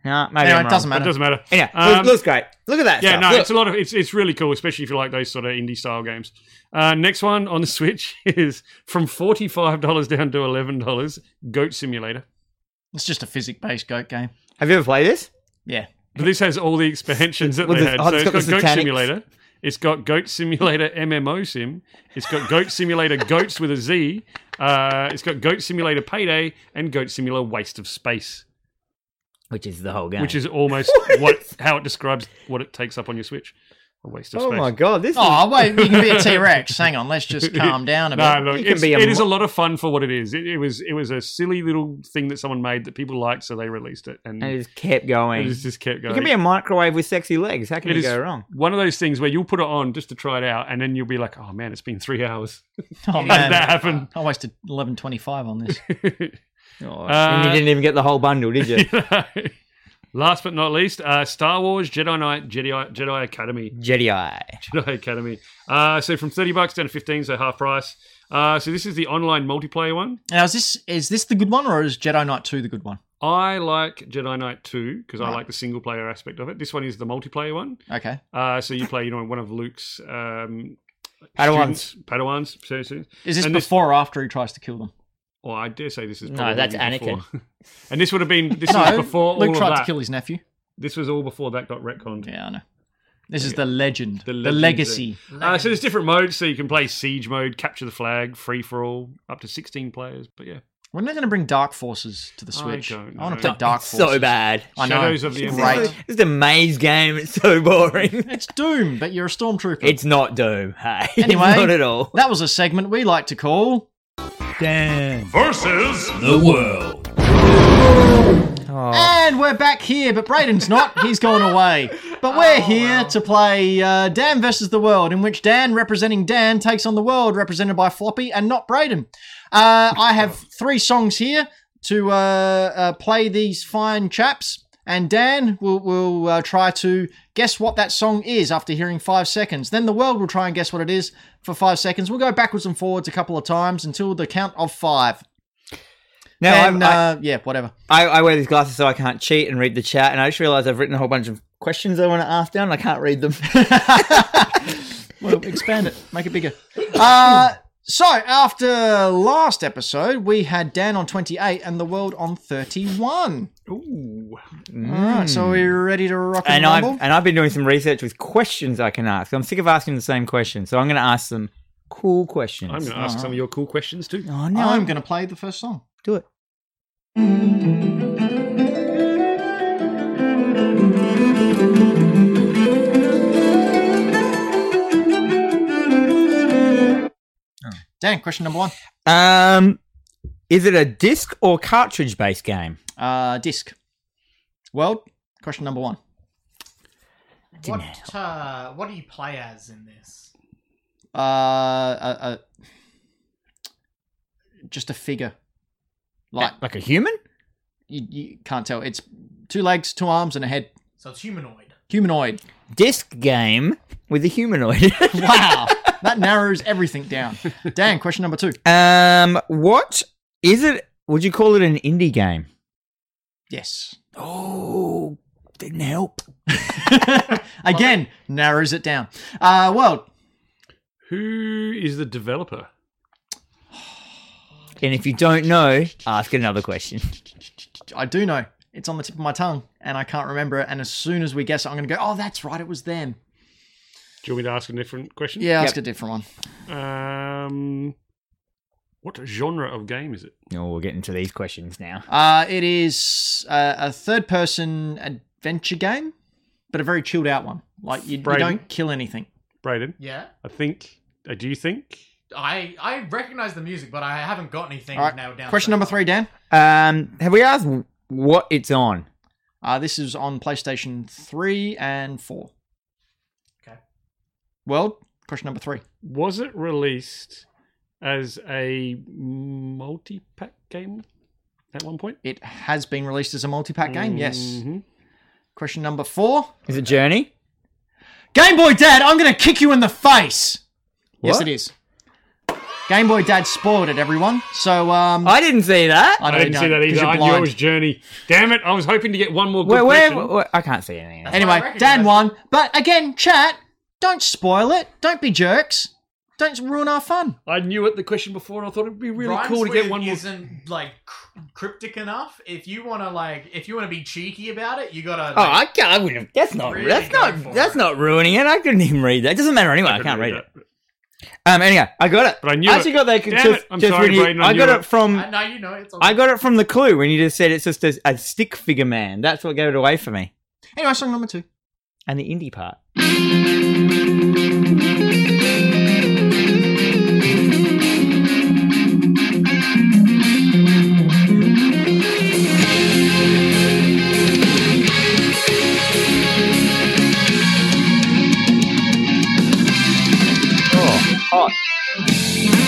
Speaker 2: No, maybe
Speaker 1: Anyway,
Speaker 2: I'm
Speaker 1: it
Speaker 2: wrong.
Speaker 1: doesn't
Speaker 3: it
Speaker 1: matter.
Speaker 3: doesn't matter.
Speaker 2: Anyway,
Speaker 3: Um,
Speaker 2: looks, looks great. Look at that.
Speaker 3: Yeah,
Speaker 2: stuff.
Speaker 3: no,
Speaker 2: Look.
Speaker 3: it's a lot of it's it's really cool, especially if you like those sort of indie style games. Uh, next one on the Switch is from forty five dollars down to eleven dollars. Goat Simulator.
Speaker 1: It's just a physics based goat game.
Speaker 2: Have you ever played this?
Speaker 1: Yeah.
Speaker 3: But this has all the expansions that
Speaker 2: Well,
Speaker 3: they
Speaker 2: there's-
Speaker 3: had.
Speaker 2: oh,
Speaker 3: so
Speaker 2: it's
Speaker 3: it's
Speaker 2: got
Speaker 3: got
Speaker 2: the
Speaker 3: Goat
Speaker 2: Satanics.
Speaker 3: Simulator. It's got Goat Simulator MMO Sim. It's got Goat Simulator Goats with a Z. Uh, it's got Goat Simulator Payday and Goat Simulator Waste of Space,
Speaker 2: Which is the whole game.
Speaker 3: which is almost what how it describes what it takes up on your Switch. A waste of
Speaker 2: oh
Speaker 3: space.
Speaker 2: my god, this is
Speaker 1: Oh, wait, you can be a T Rex. Hang on, let's just calm down a bit.
Speaker 3: No, look,
Speaker 2: You can
Speaker 3: it's,
Speaker 2: be a
Speaker 3: it is
Speaker 2: mo-
Speaker 3: a lot of fun for what it is. It, it was it was a silly little thing that someone made that people liked, so they released it, and,
Speaker 2: and
Speaker 3: it
Speaker 2: it just kept going.
Speaker 3: just, just kept
Speaker 2: it
Speaker 3: going.
Speaker 2: can be a microwave with sexy legs. How can
Speaker 3: It
Speaker 2: you
Speaker 3: is-
Speaker 2: go wrong?
Speaker 3: one of those things where you'll put it on just to try it out, and then you'll be like, "Oh man, it's been three hours."
Speaker 1: oh,
Speaker 3: How did
Speaker 1: man.
Speaker 3: that happen?
Speaker 1: I wasted 11.25 on this.
Speaker 2: Oh,
Speaker 3: Uh,
Speaker 2: and you didn't even get the whole bundle, did you?
Speaker 3: Last but not least, uh, Star Wars Jedi Knight Jedi Jedi Academy
Speaker 2: Jedi.
Speaker 3: Jedi Academy. Uh, so from thirty bucks down to fifteen, so half price. Uh, so this is the online multiplayer one.
Speaker 1: Now, is this is this the good one or is Jedi Knight 2 the good one?
Speaker 3: I like Jedi Knight 2 because I
Speaker 1: Right.
Speaker 3: like the single player aspect of it. This one is the multiplayer one.
Speaker 1: Okay.
Speaker 3: Uh, so you play, you know, one of Luke's um,
Speaker 2: Padawans.
Speaker 3: students- Padawans. So, so-
Speaker 1: Is this
Speaker 3: And this-
Speaker 1: before or after he tries to kill them?
Speaker 3: or I dare say this is
Speaker 2: No,
Speaker 3: probably
Speaker 2: that's
Speaker 3: before. and this would have been this
Speaker 1: No,
Speaker 3: was before
Speaker 1: Luke
Speaker 3: all
Speaker 1: tried
Speaker 3: of
Speaker 1: to
Speaker 3: that.
Speaker 1: kill his nephew.
Speaker 3: This was all before that got retconned.
Speaker 1: Yeah, I know. This is the legend, the,
Speaker 3: legend,
Speaker 1: legacy.
Speaker 3: Uh, so there's different modes. So you can play siege mode, capture the flag, free for all, up to 16 players. But yeah,
Speaker 1: When are they going to bring Dark Forces to the
Speaker 3: I
Speaker 1: Switch? I,
Speaker 3: don't
Speaker 1: want to
Speaker 3: know.
Speaker 1: play Dark
Speaker 2: It's
Speaker 1: Forces.
Speaker 2: so bad.
Speaker 1: I know.
Speaker 3: Shadows of the
Speaker 1: It's
Speaker 3: Empire.
Speaker 1: great.
Speaker 2: It's just a maze game. It's so boring.
Speaker 1: It's Doom, but you're a stormtrooper.
Speaker 2: It's not Doom. Hey, It's
Speaker 1: Anyway.
Speaker 2: not at all.
Speaker 1: that was a segment we like to call.
Speaker 2: Damn.
Speaker 3: versus
Speaker 2: Oh,
Speaker 1: And we're back here, but Braden's not. He's gone away. But we're
Speaker 2: Oh,
Speaker 1: here to play uh, Dan versus the World, in which Dan, representing Dan, takes on the world, represented by Floppy and not Braden. Uh, I have three songs here to uh, uh, play these fine chaps. And Dan will, will uh, try to guess what that song is after hearing five seconds. Then the world will try and guess what it is for five seconds. We'll go backwards and forwards a couple of times until the count of five.
Speaker 2: now
Speaker 1: and,
Speaker 2: I'm- I,
Speaker 1: uh, yeah, whatever.
Speaker 2: I, I wear these glasses so I can't cheat and read the chat, and I just realised I've written a whole bunch of questions I want to ask down. And I can't read them.
Speaker 1: Well, expand it, make it bigger. Uh, so after last episode, we had Dan on 28 and the world on 31.
Speaker 3: Ooh.
Speaker 1: All right, so we're ready to rock and,
Speaker 2: Hmm. and I've
Speaker 1: rumble.
Speaker 2: and I've been doing some research with questions I can ask. I'm sick of asking the same questions, so I'm going to ask some cool questions.
Speaker 3: I'm going to ask some of your cool questions too.
Speaker 2: oh
Speaker 1: I'm
Speaker 2: no, I'm going
Speaker 1: going to play the first song.
Speaker 2: to do it.
Speaker 1: Dan, question number one.
Speaker 2: Um, is it a disc or cartridge based game?
Speaker 1: Uh, disc. World, question number one.
Speaker 4: What, uh, what do you play as in this?
Speaker 1: Uh, uh, uh, just a figure. Like,
Speaker 2: Like a human?
Speaker 1: you, you can't tell. It's two legs, two arms, and a head.
Speaker 4: So it's humanoid.
Speaker 1: Humanoid.
Speaker 2: Disc game with a humanoid.
Speaker 1: Wow. that narrows everything down. Dan, question number two.
Speaker 2: um, what is it? Would you call it an indie game?
Speaker 1: Yes.
Speaker 2: Oh, didn't help.
Speaker 1: Again, narrows it down. Uh, well,
Speaker 3: Who is the developer?
Speaker 2: And if you don't know, ask another question.
Speaker 1: I do know. It's on the tip of my tongue, and I can't remember it. And as soon as we guess it, I'm going to go, "Oh, that's right, it was them."
Speaker 3: Do you want me to ask a different question?
Speaker 1: Yeah,
Speaker 2: Yep.
Speaker 1: ask a different one.
Speaker 3: Um, what genre of game is it?
Speaker 2: No, we'll get into these questions now.
Speaker 1: Uh, it is uh, a third-person adventure game, but a very chilled-out one. Like you, you
Speaker 3: Brayden.
Speaker 1: don't kill anything.
Speaker 3: Braden,
Speaker 4: Yeah.
Speaker 3: I think. Uh, do you think?
Speaker 4: I I recognize the music, but I haven't got anything
Speaker 1: All right,
Speaker 4: nailed down.
Speaker 1: Question
Speaker 4: so
Speaker 1: number
Speaker 4: far.
Speaker 1: three, Dan.
Speaker 2: Um, have we asked what it's on?
Speaker 1: Uh, this is on PlayStation 3 and 4.
Speaker 4: Okay.
Speaker 1: Well, question number three.
Speaker 3: Was it released as a multi-pack game at one point?
Speaker 1: It has been released as a multi pack game, yes.
Speaker 3: Mhm.
Speaker 1: Question number four.
Speaker 2: Is it Journey?
Speaker 1: Game Boy Dad, I'm going to kick you in the face. Yes,
Speaker 2: What?
Speaker 1: it is. Game Boy Dad spoiled it, everyone. So, um,
Speaker 2: I didn't see that.
Speaker 1: know
Speaker 3: I
Speaker 1: you
Speaker 3: didn't see
Speaker 1: don't,
Speaker 3: that
Speaker 1: 'cause
Speaker 3: either.
Speaker 1: you're
Speaker 3: I knew it
Speaker 1: blind.
Speaker 3: was Journey. Damn it! I was hoping to get one more. Good
Speaker 2: Where, where,
Speaker 3: question.
Speaker 2: where, I can't see anything.
Speaker 4: That's why I
Speaker 1: Anyway,
Speaker 4: recognise
Speaker 1: Dan
Speaker 4: it.
Speaker 1: won. But again, chat, don't spoil it. Don't be jerks. Don't ruin our fun.
Speaker 3: I knew it the question before, and I thought it'd be really
Speaker 4: Rhymes
Speaker 3: cool to get
Speaker 4: with
Speaker 3: one more.
Speaker 4: Isn't like cr- cryptic enough. If you want to like, if you want to be cheeky about it, you gotta.
Speaker 2: Oh, I can't. I wouldn't. have- That's not.
Speaker 4: Really
Speaker 2: that's
Speaker 4: go
Speaker 2: not.
Speaker 4: for
Speaker 2: That's
Speaker 4: it.
Speaker 2: not ruining it. I couldn't even read that. It doesn't matter anyway. I, can't read it. Um. Anyway, I got it.
Speaker 3: But I knew
Speaker 2: I actually
Speaker 3: it.
Speaker 2: got that.
Speaker 3: Damn
Speaker 2: just,
Speaker 3: it. I'm
Speaker 2: just
Speaker 3: sorry,
Speaker 2: when you-
Speaker 3: Braden, I
Speaker 2: I, got
Speaker 3: knew
Speaker 2: it,
Speaker 3: it.
Speaker 2: from.
Speaker 4: I, no, you know it's. all
Speaker 2: I got it from the clue when you just said it's just a, a stick figure man. That's what gave it away for me.
Speaker 1: Anyway, song number two.
Speaker 2: And the indie part. Oh, hot.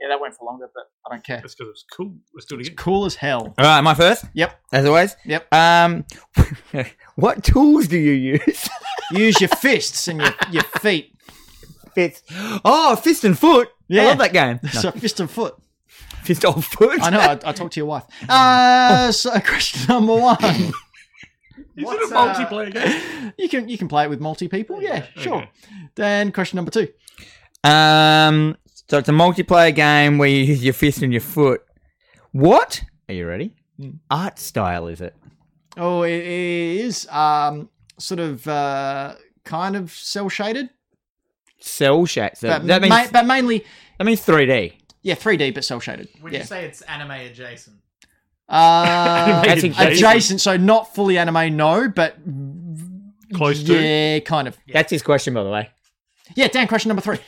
Speaker 1: Yeah, that went for longer, but I don't care.
Speaker 3: That's because it was cool. Let's do it
Speaker 1: It's
Speaker 3: again.
Speaker 1: cool as hell.
Speaker 2: All right, am I first?
Speaker 1: Yep.
Speaker 2: As always.
Speaker 1: Yep.
Speaker 2: Um, what tools do you use?
Speaker 1: Use your fists and your, your feet.
Speaker 2: Fist. Oh, fist and foot.
Speaker 1: Yeah.
Speaker 2: I love that game. No,
Speaker 1: So fist and foot.
Speaker 2: fist or foot.
Speaker 1: I know. I, I talked to your wife.
Speaker 2: Oh.
Speaker 1: Uh, so question number one.
Speaker 3: Is
Speaker 4: What's,
Speaker 3: it a
Speaker 4: uh,
Speaker 3: multiplayer game?
Speaker 1: You can you can play it with multi people. Yeah, sure.
Speaker 3: Okay.
Speaker 2: Mm.
Speaker 1: Then question number two.
Speaker 2: Um, so it's a multiplayer game where you use your fist and your foot. What? Are you ready?
Speaker 1: Hmm.
Speaker 2: Art style is it?
Speaker 1: Oh, it is um sort of uh kind of cell shaded,
Speaker 2: Cell shapes. So
Speaker 1: but
Speaker 2: that means
Speaker 1: ma- but mainly
Speaker 2: that means 3D.
Speaker 1: yeah, 3D but cell shaded.
Speaker 4: Would
Speaker 1: Yeah.
Speaker 4: you say it's anime adjacent?
Speaker 1: Uh,
Speaker 2: That's
Speaker 1: adjacent.
Speaker 2: adjacent.
Speaker 1: so not fully anime, no, but
Speaker 3: Close to.
Speaker 1: yeah, kind of.
Speaker 2: That's his question, by the way.
Speaker 1: Yeah, Dan. Question number three.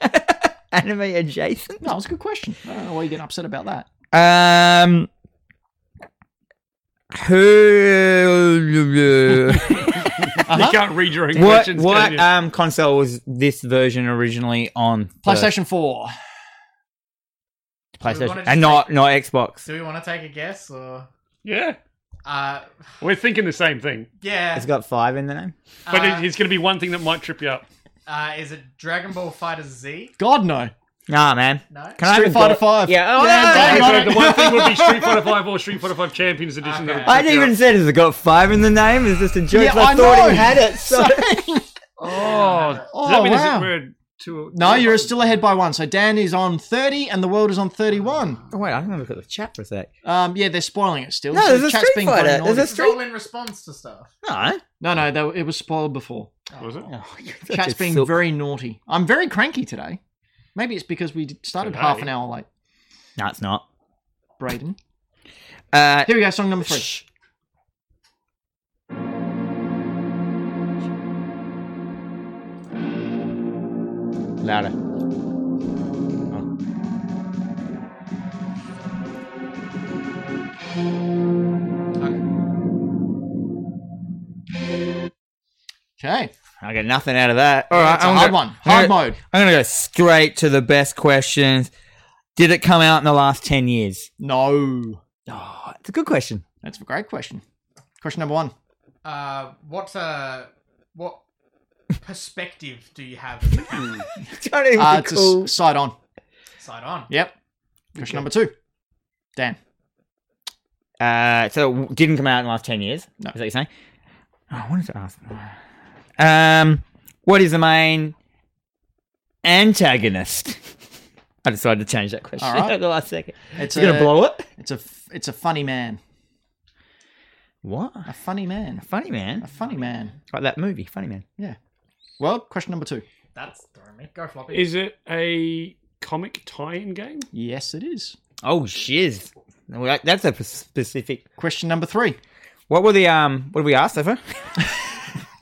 Speaker 2: Anime adjacent.
Speaker 1: No, it's a good question. I don't know why you get upset about that.
Speaker 2: Um, who?
Speaker 3: You can't read your own
Speaker 2: Uh-huh. what
Speaker 3: questions. can
Speaker 2: what
Speaker 3: you?
Speaker 2: um console was this version originally on? The
Speaker 1: PlayStation Four.
Speaker 4: We wanna
Speaker 2: PlayStation,
Speaker 4: just
Speaker 2: and not not Xbox.
Speaker 4: Do we want to take a guess or?
Speaker 3: yeah,
Speaker 4: Uh,
Speaker 3: we're thinking the same thing,
Speaker 4: yeah.
Speaker 2: It's got five in the name.
Speaker 3: but
Speaker 4: uh,
Speaker 3: it, it's going to be one thing that might trip you up.
Speaker 4: uh, is it Dragon Ball Fighter Z?
Speaker 1: God no.
Speaker 2: Nah, man.
Speaker 4: No.
Speaker 2: Can I
Speaker 1: Street
Speaker 2: even
Speaker 1: Fighter
Speaker 2: go-
Speaker 1: Five.
Speaker 2: Yeah. Oh,
Speaker 1: Yeah,
Speaker 2: no,
Speaker 1: Dave,
Speaker 2: no, no,
Speaker 1: I
Speaker 2: no.
Speaker 3: So the one thing would be Street Fighter Five or Street Fighter Five Champions Edition. that would
Speaker 4: Okay.
Speaker 3: trip
Speaker 2: I
Speaker 3: you
Speaker 2: didn't
Speaker 3: up.
Speaker 2: even said it's got five in the name. It's just a joke.
Speaker 1: Yeah,
Speaker 2: I,
Speaker 1: I
Speaker 2: thought
Speaker 1: know.
Speaker 2: he had it. So.
Speaker 3: Oh,
Speaker 1: Oh,
Speaker 3: does that mean
Speaker 1: wow.
Speaker 3: is it, we're two?
Speaker 1: No, you're still ahead by one. So Dan is on 30 and the world is on 31.
Speaker 2: Oh, wait, I'm gonna look at the chat for a sec.
Speaker 1: Um, yeah, they're spoiling it still.
Speaker 2: No,
Speaker 1: So
Speaker 2: there's
Speaker 1: the
Speaker 2: a
Speaker 1: chat's
Speaker 2: Street
Speaker 1: being
Speaker 2: Fighter.
Speaker 1: very naughty.
Speaker 2: There's
Speaker 4: It's
Speaker 2: a
Speaker 4: all in response to stuff.
Speaker 2: No.
Speaker 1: No, no, they, it was spoiled before.
Speaker 3: Was it?
Speaker 2: Oh, you're such
Speaker 1: Chat's
Speaker 2: a
Speaker 1: being
Speaker 2: silk-
Speaker 1: very naughty. I'm very cranky today. Maybe it's because we d- started
Speaker 3: Today?
Speaker 1: half an hour late,
Speaker 2: No, it's not.
Speaker 1: Braden.
Speaker 2: Uh,
Speaker 1: Here we go, song number three.
Speaker 2: shh. Louder. Oh.
Speaker 1: Okay.
Speaker 2: I got nothing out of that. All right,
Speaker 1: That's a
Speaker 2: I'm
Speaker 1: hard
Speaker 2: gonna-
Speaker 1: one.
Speaker 2: I'm
Speaker 1: Hard
Speaker 2: gonna-
Speaker 1: mode.
Speaker 2: I'm gonna go straight to the best questions. Did it come out in the last ten years?
Speaker 1: No.
Speaker 2: Oh, it's a good question.
Speaker 1: That's a great question. Question number one.
Speaker 4: Uh, what uh, what perspective do you have as a character?
Speaker 2: Don't even
Speaker 1: Uh, it's a s-
Speaker 2: recall.
Speaker 1: side on.
Speaker 4: side on?
Speaker 1: Yep. Question number two. Dan.
Speaker 2: Uh, so it w- didn't come out in the last ten years.
Speaker 1: No.
Speaker 2: Is that what you're saying? Oh, I wanted to ask. Um, what is the main antagonist? I decided to change that question
Speaker 1: All right.
Speaker 2: at the last second.
Speaker 1: It's
Speaker 2: You're
Speaker 1: a-
Speaker 2: gonna blow it.
Speaker 1: It's a f- it's a funny man.
Speaker 2: What?
Speaker 1: A funny man.
Speaker 2: Funny man,
Speaker 1: A funny man.
Speaker 2: like that movie, Funny Man.
Speaker 1: Yeah. Well, question number two.
Speaker 4: That's throwing me. Go floppy.
Speaker 3: Is it a comic tie-in game?
Speaker 1: Yes, it is.
Speaker 2: Oh shiz, No, that- that's a p- specific.
Speaker 1: Question number three.
Speaker 2: What were the um? What did we ask so far?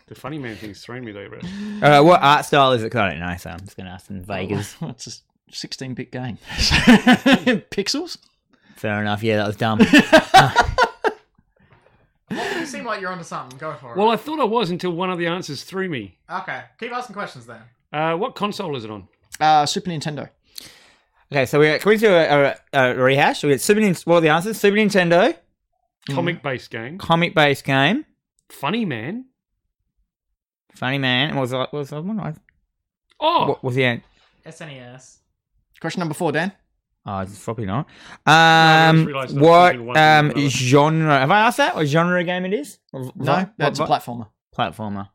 Speaker 3: The funny man thing's thrown me over.
Speaker 2: Uh, what art style is it? 'Cause I don't know, so I'm just gonna ask in Vegas.
Speaker 1: Well, it's a 16 bit game. Pixels?
Speaker 2: Fair enough. Yeah, that was dumb.
Speaker 4: You seem like you're onto something. Go for it.
Speaker 3: Well, I thought I was until one of the answers threw me.
Speaker 4: okay. Keep asking questions then.
Speaker 3: Uh, what console is it on?
Speaker 1: Uh, Super Nintendo.
Speaker 2: okay, so we can we do a, a, a rehash? We got Super Nin- What are the answers? Super Nintendo,
Speaker 3: Comic-based game.
Speaker 2: comic based game,
Speaker 3: Funny man.
Speaker 2: Funny Man. and What was the- what was the other one? I-
Speaker 3: Oh,
Speaker 2: What was the an-
Speaker 4: SNES.
Speaker 1: Question number four, Dan.
Speaker 2: Oh, it's probably not.
Speaker 3: I just
Speaker 2: Um,
Speaker 3: realised I was
Speaker 2: what
Speaker 3: thinking one thing
Speaker 2: um,
Speaker 3: or another.
Speaker 2: genre? Have I asked that? What genre game it is? Or v-
Speaker 1: No,
Speaker 2: vi-
Speaker 1: that's a
Speaker 2: what
Speaker 1: platformer.
Speaker 2: vi- platformer.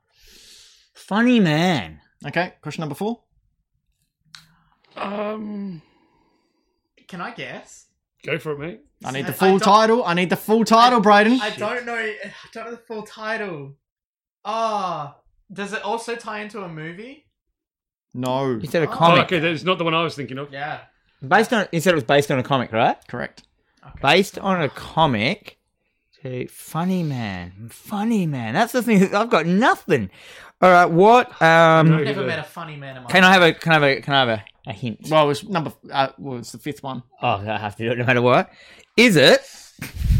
Speaker 2: Funny man.
Speaker 1: Okay, question number four.
Speaker 3: um,
Speaker 4: Can I guess?
Speaker 3: go for it, mate.
Speaker 1: I need the
Speaker 4: I- I
Speaker 1: full
Speaker 4: don't-
Speaker 1: title. I need the full title, Braden.
Speaker 4: I don't know. I don't know the full title. Ah, does it also tie into a movie?
Speaker 1: No.
Speaker 2: You said a
Speaker 4: Oh,
Speaker 3: Oh,
Speaker 2: comic
Speaker 3: okay, that's not the one I was thinking of.
Speaker 4: Yeah.
Speaker 2: based on. You said it was based on a comic, right?
Speaker 1: Correct.
Speaker 4: Okay.
Speaker 2: Based on a comic. To funny man, funny man. That's the thing. I've got nothing. All right, what?
Speaker 3: No.
Speaker 2: Um,
Speaker 4: Never met a funny man in my
Speaker 2: can
Speaker 4: life.
Speaker 2: I have a? Can I have a? Can I have a, a hint?
Speaker 1: Well, it was number. Uh, well, it's the fifth one.
Speaker 2: Oh, I have to do it no matter what. Is it?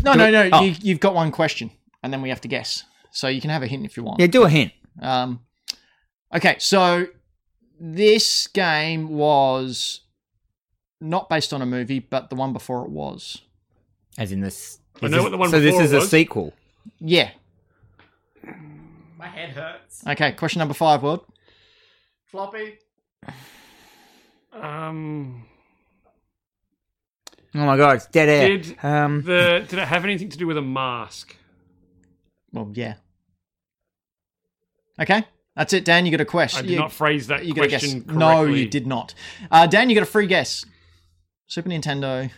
Speaker 1: No, no, no.
Speaker 2: Oh.
Speaker 1: You, you've got one question, and then we have to guess. So you can have a hint if you want.
Speaker 2: Yeah, do a hint.
Speaker 1: Um, okay, so this game was not based on a movie, but the one before it was.
Speaker 2: As in this.
Speaker 3: I know what the one
Speaker 2: So this
Speaker 3: before
Speaker 2: is
Speaker 3: it
Speaker 2: a
Speaker 3: was.
Speaker 2: sequel.
Speaker 1: Yeah.
Speaker 4: My head hurts.
Speaker 1: Okay, question number five, World.
Speaker 4: Floppy.
Speaker 3: Um,
Speaker 2: Oh my god, it's dead air.
Speaker 3: Did
Speaker 2: um,
Speaker 3: the did it have anything to do with a mask?
Speaker 1: Well, yeah. Okay, that's it, Dan. You got a
Speaker 3: I
Speaker 1: question.
Speaker 3: did not phrase that
Speaker 1: you got a guess.
Speaker 3: question correctly.
Speaker 1: No, you did not. Uh, Dan, you got a free guess. Super Nintendo.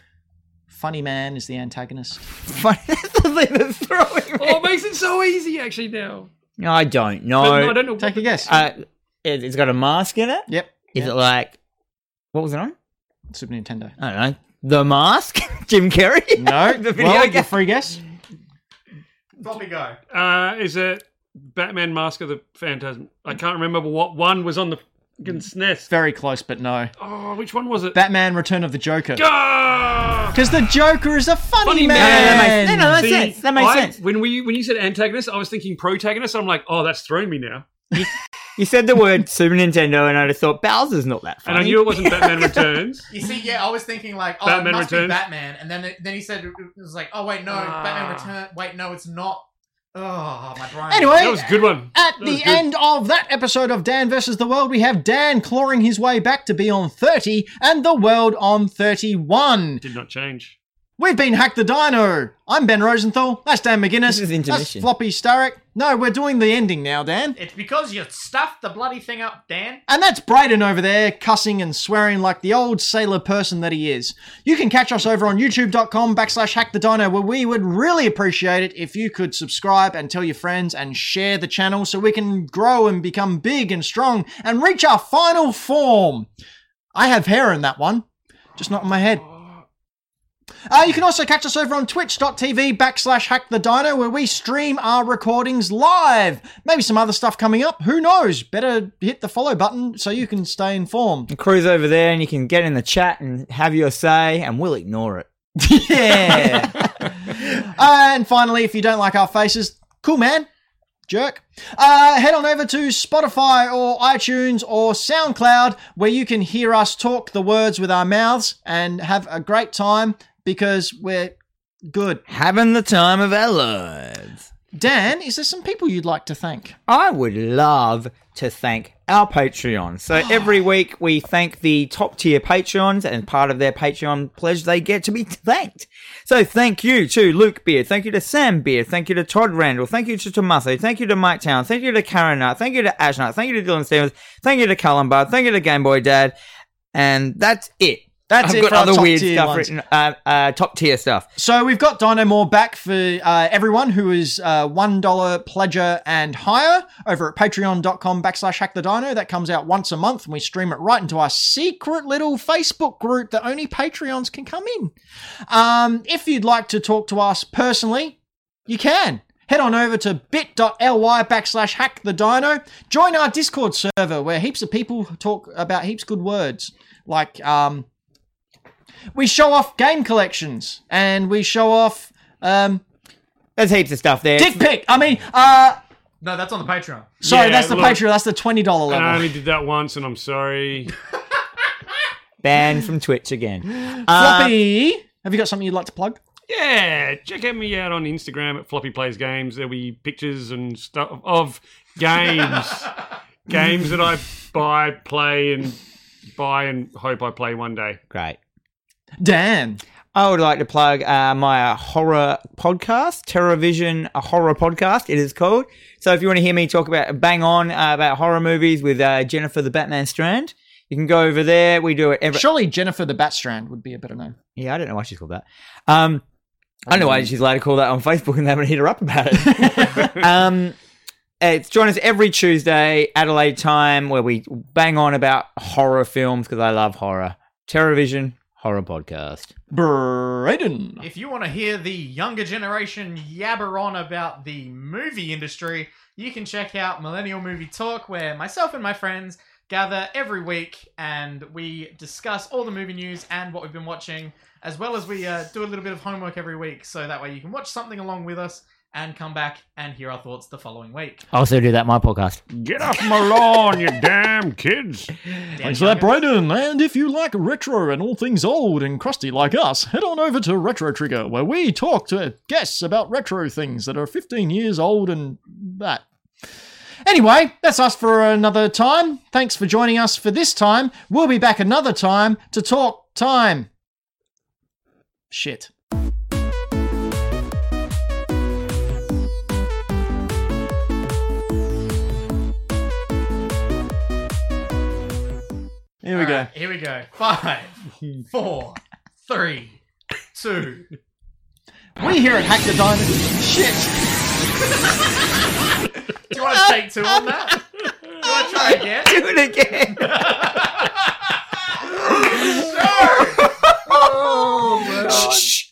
Speaker 1: Funny Man is the antagonist.
Speaker 2: funny they're throwing me.
Speaker 3: Oh, it makes it so easy actually now.
Speaker 2: No, I don't
Speaker 3: But no,
Speaker 2: know.
Speaker 3: I don't know.
Speaker 1: Take a guess.
Speaker 2: uh, it, it's got a mask in it. Is
Speaker 1: yep.
Speaker 2: it like what was it on?
Speaker 1: Super Nintendo.
Speaker 2: I don't know. The Mask, Jim Carrey.
Speaker 1: No.
Speaker 2: the video
Speaker 1: well, your
Speaker 2: game.
Speaker 1: free guess.
Speaker 4: Floppy, go.
Speaker 3: Uh, is it Batman Mask of the Phantasm? I
Speaker 2: Mm.
Speaker 3: can't remember what one was on the fucking SNES.
Speaker 1: Very close, but no.
Speaker 3: Oh, which one was it?
Speaker 1: Batman: Return of the Joker.
Speaker 3: Ah!
Speaker 1: Because the Joker is a funny,
Speaker 3: Funny
Speaker 2: No, no, no, that
Speaker 1: man.
Speaker 2: makes, no, no, that makes
Speaker 3: See,
Speaker 2: sense. That makes
Speaker 3: I-
Speaker 2: sense.
Speaker 3: When we when you said antagonist, I was thinking protagonist. I'm like, oh, that's thrown me now.
Speaker 2: You said the word Super Nintendo, and I just thought Bowser's not that
Speaker 3: And
Speaker 2: funny.
Speaker 3: I knew it wasn't Batman Returns.
Speaker 4: You see, yeah, I was thinking like, oh,
Speaker 3: Batman
Speaker 4: it must
Speaker 3: Returns.
Speaker 4: be Batman, and then then he said it was like, oh wait, no,
Speaker 3: Ah.
Speaker 4: Batman Return. Wait, no, it's not. Oh, my brain.
Speaker 3: That
Speaker 1: Anyway,
Speaker 3: was a good one.
Speaker 1: At
Speaker 3: That was
Speaker 1: the
Speaker 3: good.
Speaker 1: end of that episode of Dan versus the World, we have Dan clawing his way back to be on 30 and the world on 31.
Speaker 3: did not change.
Speaker 1: We've been Hack the Dino. I'm Ben Rosenthal. That's Dan McGuinness.
Speaker 2: This is
Speaker 1: That's
Speaker 2: intermission.
Speaker 1: Floppy Starrick. No, we're doing the ending now, Dan.
Speaker 4: it's because you stuffed the bloody thing up, Dan.
Speaker 1: And that's Brayden over there, cussing and swearing like the old sailor person that he is. You can catch us over on youtube.com backslash hack the dino, where we would really appreciate it if you could subscribe and tell your friends and share the channel so we can grow and become big and strong and reach our final form. I have hair in that one, just not in my head. Uh, you can also catch us over on twitch.tv backslash hack the dino where we stream our recordings live. Maybe some other stuff coming up. Who knows? Better hit the follow button so you can stay informed.
Speaker 2: Cruise over there, and you can get in the chat and have your say, and we'll ignore it.
Speaker 1: yeah. Uh, and finally, if you don't like our faces, cool man. Jerk. Uh, head on over to Spotify or iTunes or SoundCloud where you can hear us talk the words with our mouths and have a great time because we're good.
Speaker 2: Having the time of our lives.
Speaker 1: Dan, is there some people you'd like to thank?
Speaker 2: I would love to thank our Patreon. So every week we thank the top tier Patreons and part of their Patreon pledge they get to be thanked. So thank you to Luke Beard. Thank you to Sam Beard. Thank you to Todd Randall. Thank you to Tommaso. Thank you to Mike Town. Thank you to Karen Knight. Thank you to Ash Knight. Thank you to Dylan Stevens. Thank you to Cullen Bard. Thank you to Game Boy Dad. And that's it. That's
Speaker 1: I've
Speaker 2: it
Speaker 1: got
Speaker 2: for our
Speaker 1: other
Speaker 2: top
Speaker 1: weird
Speaker 2: tier
Speaker 1: stuff
Speaker 2: stuff
Speaker 1: written-
Speaker 2: uh, uh, top tier stuff.
Speaker 1: So we've got Dino Moore back for uh, everyone who is uh, $1 pledger and higher over at patreon.com backslash hack the dino. That comes out once a month and we stream it right into our secret little Facebook group that only Patreons can come in. Um, if you'd like to talk to us personally, you can. Head on over to bit.ly backslash hack the dino. Join our Discord server where heaps of people talk about heaps good words like um, we show off game collections and we show off um,
Speaker 2: There's heaps of stuff there.
Speaker 1: dick pic. I mean, uh,
Speaker 4: No, that's on the Patreon.
Speaker 1: sorry,
Speaker 3: Yeah,
Speaker 1: that's the
Speaker 3: look.
Speaker 1: Patreon. That's the twenty dollar
Speaker 3: And I
Speaker 1: level.
Speaker 3: only did that once, and I'm sorry.
Speaker 2: Banned from Twitch again. Uh,
Speaker 1: Floppy, have you got something you'd like to plug?
Speaker 3: Yeah, check out me out on Instagram at Floppy Plays Games. There'll be pictures and stuff of games, games that I buy, play, and buy and hope I play one day.
Speaker 2: great.
Speaker 1: Dan,
Speaker 2: I would like to plug uh, my uh, horror podcast, Terrorvision a Horror Podcast, it is called. So if you want to hear me talk about bang on uh, about horror movies with uh, Jennifer the Batman Strand, you can go over there. We do it every.
Speaker 1: surely Jennifer the Batstrand would be a better name.
Speaker 2: Yeah, I don't know why she's called that. Um, I don't know why she's allowed to call that on Facebook and they haven't hit her up about it. um, it's join us every Tuesday, Adelaide time, where we bang on about horror films because I love horror. Terrorvision Horror Podcast.
Speaker 1: Braden,
Speaker 4: If you want to hear the younger generation yabber on about the movie industry, you can check out Millennial Movie Talk, where myself and my friends gather every week and we discuss all the movie news and what we've been watching, as well as we uh, do a little bit of homework every week. So that way you can watch something along with us and come back and hear our thoughts the following week.
Speaker 2: I also do that my podcast.
Speaker 3: Get off my lawn, you damn kids!
Speaker 1: thanks for that, Braden. And if you like retro and all things old and crusty like us, head on over to Retro Trigger, where we talk to guests about retro things that are 15 years old and that. Anyway, that's us for another time. Thanks for joining us for this time. We'll be back another time to talk time. Shit. Here we go.
Speaker 4: Alright, here we go. Five, four, three, two.
Speaker 1: We here at Hack the Diamond. Shit.
Speaker 4: Do you want to take two on that? Do you want to try again?
Speaker 2: Do it again.
Speaker 4: No!
Speaker 2: Shh.